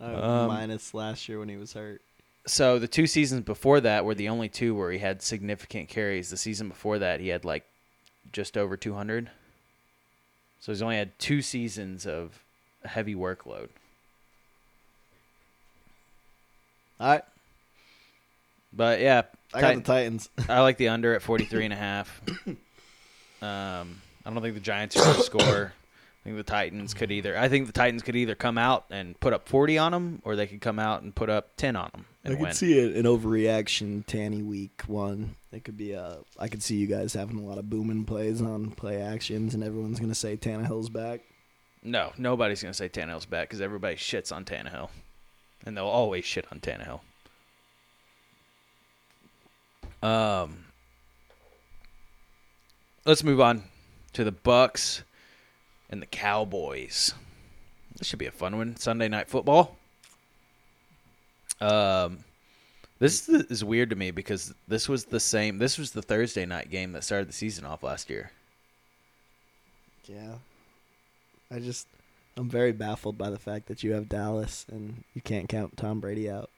Speaker 2: Uh,
Speaker 1: Um,
Speaker 2: minus last year when he was hurt.
Speaker 1: So the two seasons before that were the only two where he had significant carries. The season before that, he had like just over 200. So he's only had two seasons of heavy workload.
Speaker 2: All right,
Speaker 1: But yeah,
Speaker 2: I
Speaker 1: Titan-
Speaker 2: got the Titans.
Speaker 1: I like the under at 43 and a half. Um, I don't think the Giants are going to score. I think the Titans could either. I think the Titans could either come out and put up 40 on them, or they could come out and put up 10 on them and
Speaker 2: I could
Speaker 1: win.
Speaker 2: see it an overreaction Tanny week one. It could be uh I could see you guys having a lot of booming plays on play actions, and everyone's gonna say Tannehill's back.
Speaker 1: No, nobody's going to say Tannehill's back because everybody shits on Tannehill, and they'll always shit on Tannehill. Um, let's move on to the Bucks and the Cowboys. This should be a fun one. Sunday night football. Um, this is is weird to me because this was the same. This was the Thursday night game that started the season off last year.
Speaker 2: Yeah, I just I'm very baffled by the fact that you have Dallas and you can't count Tom Brady out.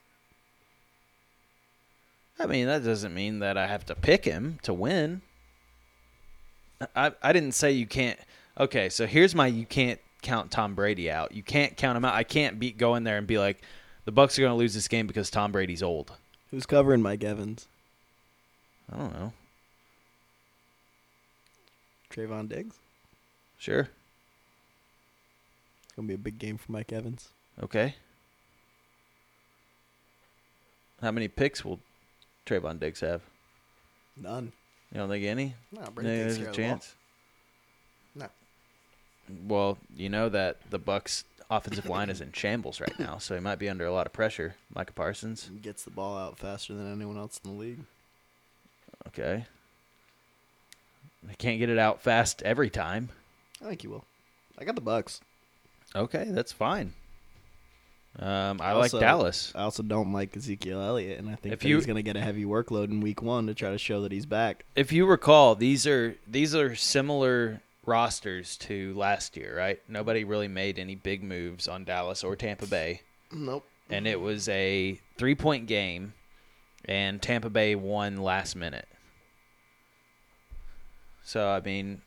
Speaker 1: I mean, that doesn't mean that I have to pick him to win. I I didn't say you can't. Okay, so here's my you can't count Tom Brady out. You can't count him out. I can't be go in there and be like, the Bucks are going to lose this game because Tom Brady's old.
Speaker 2: Who's covering Mike Evans?
Speaker 1: I don't know.
Speaker 2: Trayvon Diggs.
Speaker 1: Sure.
Speaker 2: It's gonna be a big game for Mike Evans.
Speaker 1: Okay. How many picks will Trayvon Diggs have?
Speaker 2: None.
Speaker 1: You don't think any?
Speaker 2: No,
Speaker 1: You think there's a chance.
Speaker 3: No.
Speaker 1: Well, you know that the Bucks offensive line is in shambles right now, so he might be under a lot of pressure. Micah Parsons.
Speaker 2: Gets the ball out faster than anyone else in the league.
Speaker 1: Okay. They can't get it out fast every time.
Speaker 2: I think he will. I got the Bucks.
Speaker 1: Okay, that's fine. Um, I
Speaker 2: Also-
Speaker 1: like Dallas.
Speaker 2: I also don't like Ezekiel Elliott, and I think
Speaker 1: If
Speaker 2: that
Speaker 1: you-
Speaker 2: he's going to get a heavy workload in Week One to try to show that he's back.
Speaker 1: If you recall, these are these are similar rosters to last year, right? Nobody really made any big moves on Dallas or Tampa Bay.
Speaker 2: Nope.
Speaker 1: and it was a three point game, and Tampa Bay won last minute. So I mean,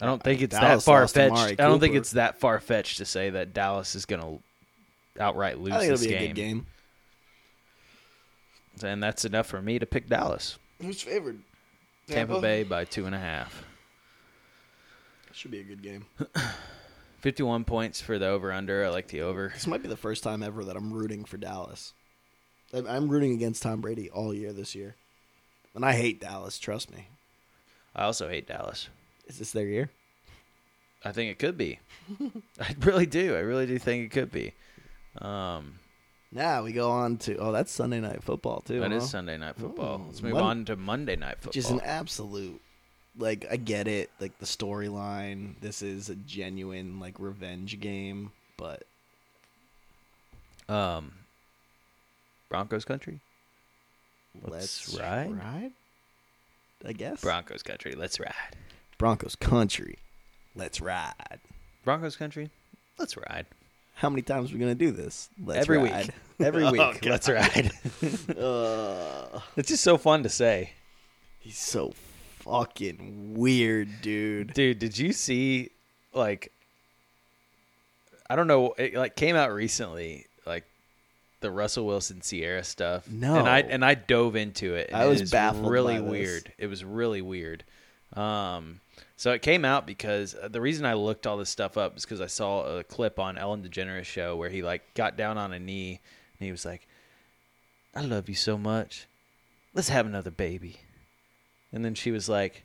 Speaker 1: I don't think it's
Speaker 2: Dallas
Speaker 1: that far
Speaker 2: lost
Speaker 1: fetched. I
Speaker 2: Amari
Speaker 1: don't think
Speaker 2: Cooper.
Speaker 1: it's that far fetched to say that Dallas is going to outright lose
Speaker 2: I think it'll
Speaker 1: this
Speaker 2: be
Speaker 1: game.
Speaker 2: a good game.
Speaker 1: and that's enough for me to pick Dallas.
Speaker 3: Who's favored?
Speaker 1: Tampa Bay by two and a half.
Speaker 2: Should be a good game.
Speaker 1: 51 points for the over under. I like the over.
Speaker 2: This might be the first time ever that I'm rooting for Dallas. I'm- I'm rooting against Tom Brady all year this year, and I hate Dallas. Trust me.
Speaker 1: I also hate Dallas.
Speaker 2: Is this their year?
Speaker 1: I think it could
Speaker 2: [LAUGHS]
Speaker 1: be. I really do. I really do think it could be. Um,
Speaker 2: Now we go on to oh, that's Sunday night football too.
Speaker 1: That is
Speaker 2: huh?
Speaker 1: Sunday night football.
Speaker 2: Ooh,
Speaker 1: Let's move
Speaker 2: Mon-
Speaker 1: on to Monday night football.
Speaker 2: which is an absolute like i get it like the storyline this is a genuine like revenge game but
Speaker 1: um, Broncos country. Let's
Speaker 2: let's
Speaker 1: ride.
Speaker 2: i guess
Speaker 1: Broncos country. Let's ride.
Speaker 2: broncos country let's ride
Speaker 1: Broncos country. Let's ride.
Speaker 2: how many times are we gonna do this let's
Speaker 1: Every week.
Speaker 2: ride. every
Speaker 1: [LAUGHS]
Speaker 2: week
Speaker 1: Oh, let's ride.
Speaker 2: [LAUGHS] uh,
Speaker 1: it's just so fun to say.
Speaker 2: he's so fucking weird dude
Speaker 1: Dude, did you see like I don't know, it like came out recently like the Russell Wilson Sierra stuff.
Speaker 2: No.
Speaker 1: And I and I dove into it. and
Speaker 2: I
Speaker 1: it
Speaker 2: was
Speaker 1: is
Speaker 2: baffled
Speaker 1: really
Speaker 2: by this.
Speaker 1: weird. It was really weird. Um so it came out because uh, the reason I looked all this stuff up is cuz I saw a clip on Ellen DeGeneres show where he like got down on a knee and he was like I love you so much. Let's have another baby. And then she was like,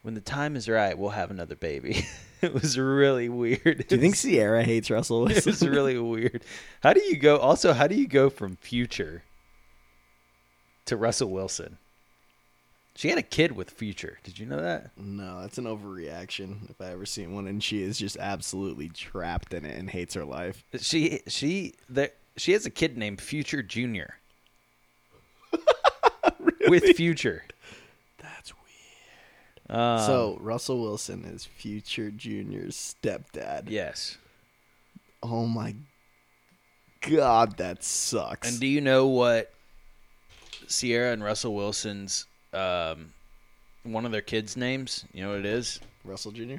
Speaker 1: when the time is right, we'll have another baby. [LAUGHS] it was really weird.
Speaker 2: do you think sierra hates
Speaker 1: [LAUGHS]
Speaker 2: russell
Speaker 1: it
Speaker 2: wilson
Speaker 1: was really weird? How do you go? Also, how do you go from Future to Russell Wilson? She had a kid with Future. Did you know that?
Speaker 2: [LAUGHS] No, that's an overreaction if I ever seen one. And she is just absolutely trapped in it and hates her life.
Speaker 1: She she that she has a kid named Future
Speaker 2: [LAUGHS]
Speaker 1: Junior. With Future.
Speaker 2: That's weird.
Speaker 1: Um,
Speaker 2: so Russell Wilson is future Junior's stepdad.
Speaker 1: yes.
Speaker 2: Oh my God, that sucks.
Speaker 1: And do you know what Sierra and Russell Wilson's um, one of their kids' names? You know what it is?
Speaker 2: Russell Jr.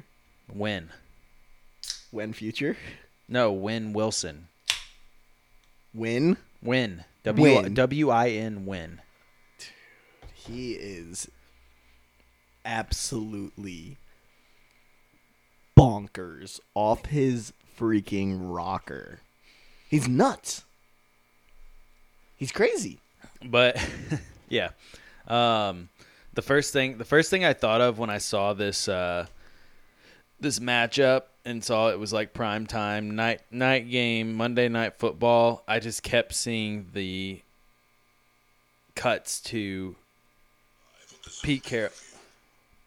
Speaker 1: Win.
Speaker 2: When future?
Speaker 1: No, Win Wilson.
Speaker 2: When
Speaker 1: Win. W
Speaker 2: Wynn.
Speaker 1: W I N Win.
Speaker 2: he is absolutely bonkers off his freaking rocker. He's nuts. He's crazy.
Speaker 1: But [LAUGHS] yeah. Um the first thing the first thing I thought of when I saw this uh this matchup and saw it was like prime time night night game Monday night football, I just kept seeing the cuts to Pete Carroll.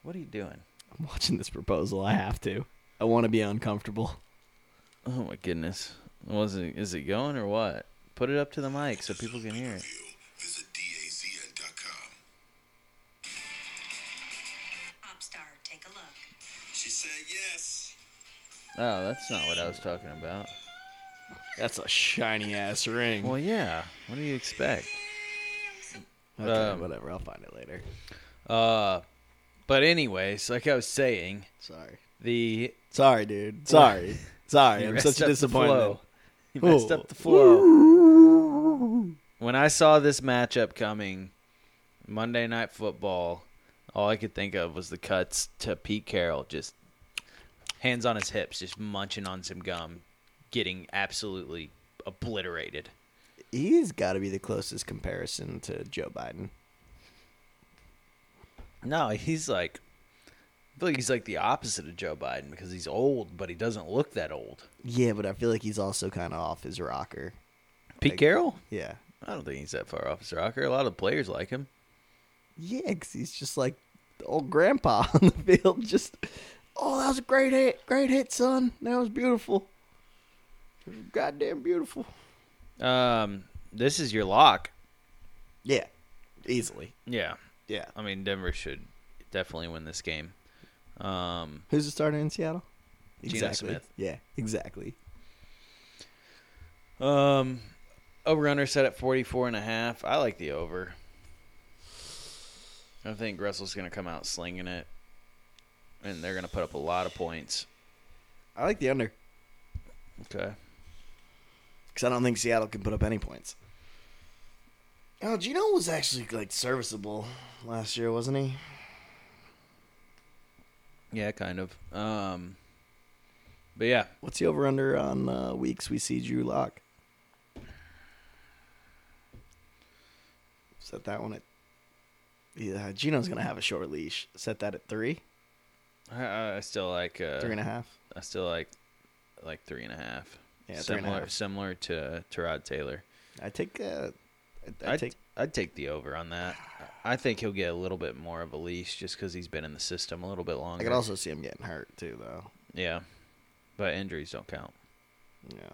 Speaker 1: What are you doing?
Speaker 2: I'm watching this proposal. I have to. I want to be uncomfortable.
Speaker 1: Oh my goodness. Was it is it going or what? Put it up to the mic so people can hear it.
Speaker 5: Visit DAZN.com.
Speaker 6: Pop star, take a look.
Speaker 5: She said yes.
Speaker 1: Oh, that's not what I was talking about.
Speaker 2: That's a shiny ass ring.
Speaker 1: Well, yeah. What do you expect?
Speaker 2: Okay,
Speaker 1: Um,
Speaker 2: whatever. I'll find it later.
Speaker 1: Uh, but anyways, like I was saying,
Speaker 2: Sorry.
Speaker 1: the [LAUGHS]
Speaker 2: Sorry, dude. Sorry. Sorry.
Speaker 1: You
Speaker 2: I'm
Speaker 1: messed
Speaker 2: such a
Speaker 1: up the
Speaker 2: disappointment.
Speaker 1: flow. you messed
Speaker 2: Ooh.
Speaker 1: up the flow. When I saw this matchup coming, Monday Night Football, all I could think of was the cuts to Pete Carroll, just hands on his hips, just munching on some gum, getting absolutely obliterated.
Speaker 2: He's got to be the closest comparison to Joe Biden.
Speaker 1: No, he's like, I feel like he's like the opposite of Joe Biden because he's old, but he doesn't look that old.
Speaker 2: Yeah, but I feel like he's also kind of off his rocker.
Speaker 1: Pete Carroll?
Speaker 2: Yeah.
Speaker 1: I don't think he's that far off his rocker. A lot of players like him.
Speaker 2: Yeah, 'cause he's just like the old grandpa [LAUGHS] on the field. Just, oh, that was a great hit. Great hit, son. That was beautiful. It was goddamn beautiful.
Speaker 1: Um, this is your lock.
Speaker 2: Yeah. Easily.
Speaker 1: Yeah,
Speaker 2: Yeah.
Speaker 1: I mean Denver should definitely win this game. Um,
Speaker 2: Who's the starter in Seattle?
Speaker 1: Geno Smith.
Speaker 2: Yeah, exactly.
Speaker 1: um, over under set at 44 and a half. I like the over. I think Russell's going to come out slinging it, and they're going to put up a lot of points.
Speaker 2: I like the under
Speaker 1: Okay.
Speaker 2: because I don't think Seattle can put up any points. Oh, Gino was actually like serviceable last year, wasn't he?
Speaker 1: Yeah, kind of. Um, but yeah,
Speaker 2: What's the over under on uh, weeks we see Drew Lock? Set that one at. Yeah, Gino's gonna have a short leash. Set that at three,
Speaker 1: I- I, I still like uh,
Speaker 2: three and a half.
Speaker 1: I still like like three and a half.
Speaker 2: Yeah, three
Speaker 1: similar
Speaker 2: and a half.
Speaker 1: similar to to Rod Taylor.
Speaker 2: I take. Uh, I, I
Speaker 1: I'd
Speaker 2: take.
Speaker 1: take I'd take the over on that. I think he'll get a little bit more of a leash just because he's been in the system a little bit
Speaker 2: I
Speaker 1: longer.
Speaker 2: could also see him getting hurt too, though.
Speaker 1: yeah, but injuries don't count.
Speaker 2: Yeah,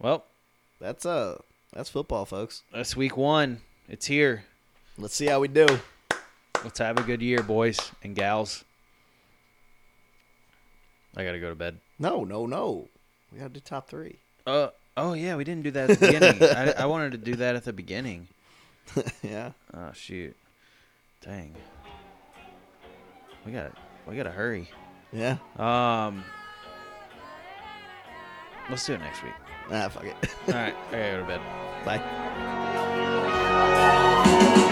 Speaker 1: Well,
Speaker 2: that's uh, that's football, folks.
Speaker 1: that's week one. It's here.
Speaker 2: Let's see how we do.
Speaker 1: Let's have a good year, boys and gals. I gotta go to bed.
Speaker 2: No, no, no. We gotta do top three. [LAUGHS]
Speaker 1: Uh oh yeah, we didn't do that at the [LAUGHS] beginning. I, I wanted to do that at the beginning.
Speaker 2: yeah.
Speaker 1: Oh shoot, dang. We got we gotta hurry.
Speaker 2: Yeah.
Speaker 1: Um, let's do it next week.
Speaker 2: Ah, fuck it.
Speaker 1: All
Speaker 2: [LAUGHS]
Speaker 1: right, I gotta go to bed.
Speaker 2: Bye.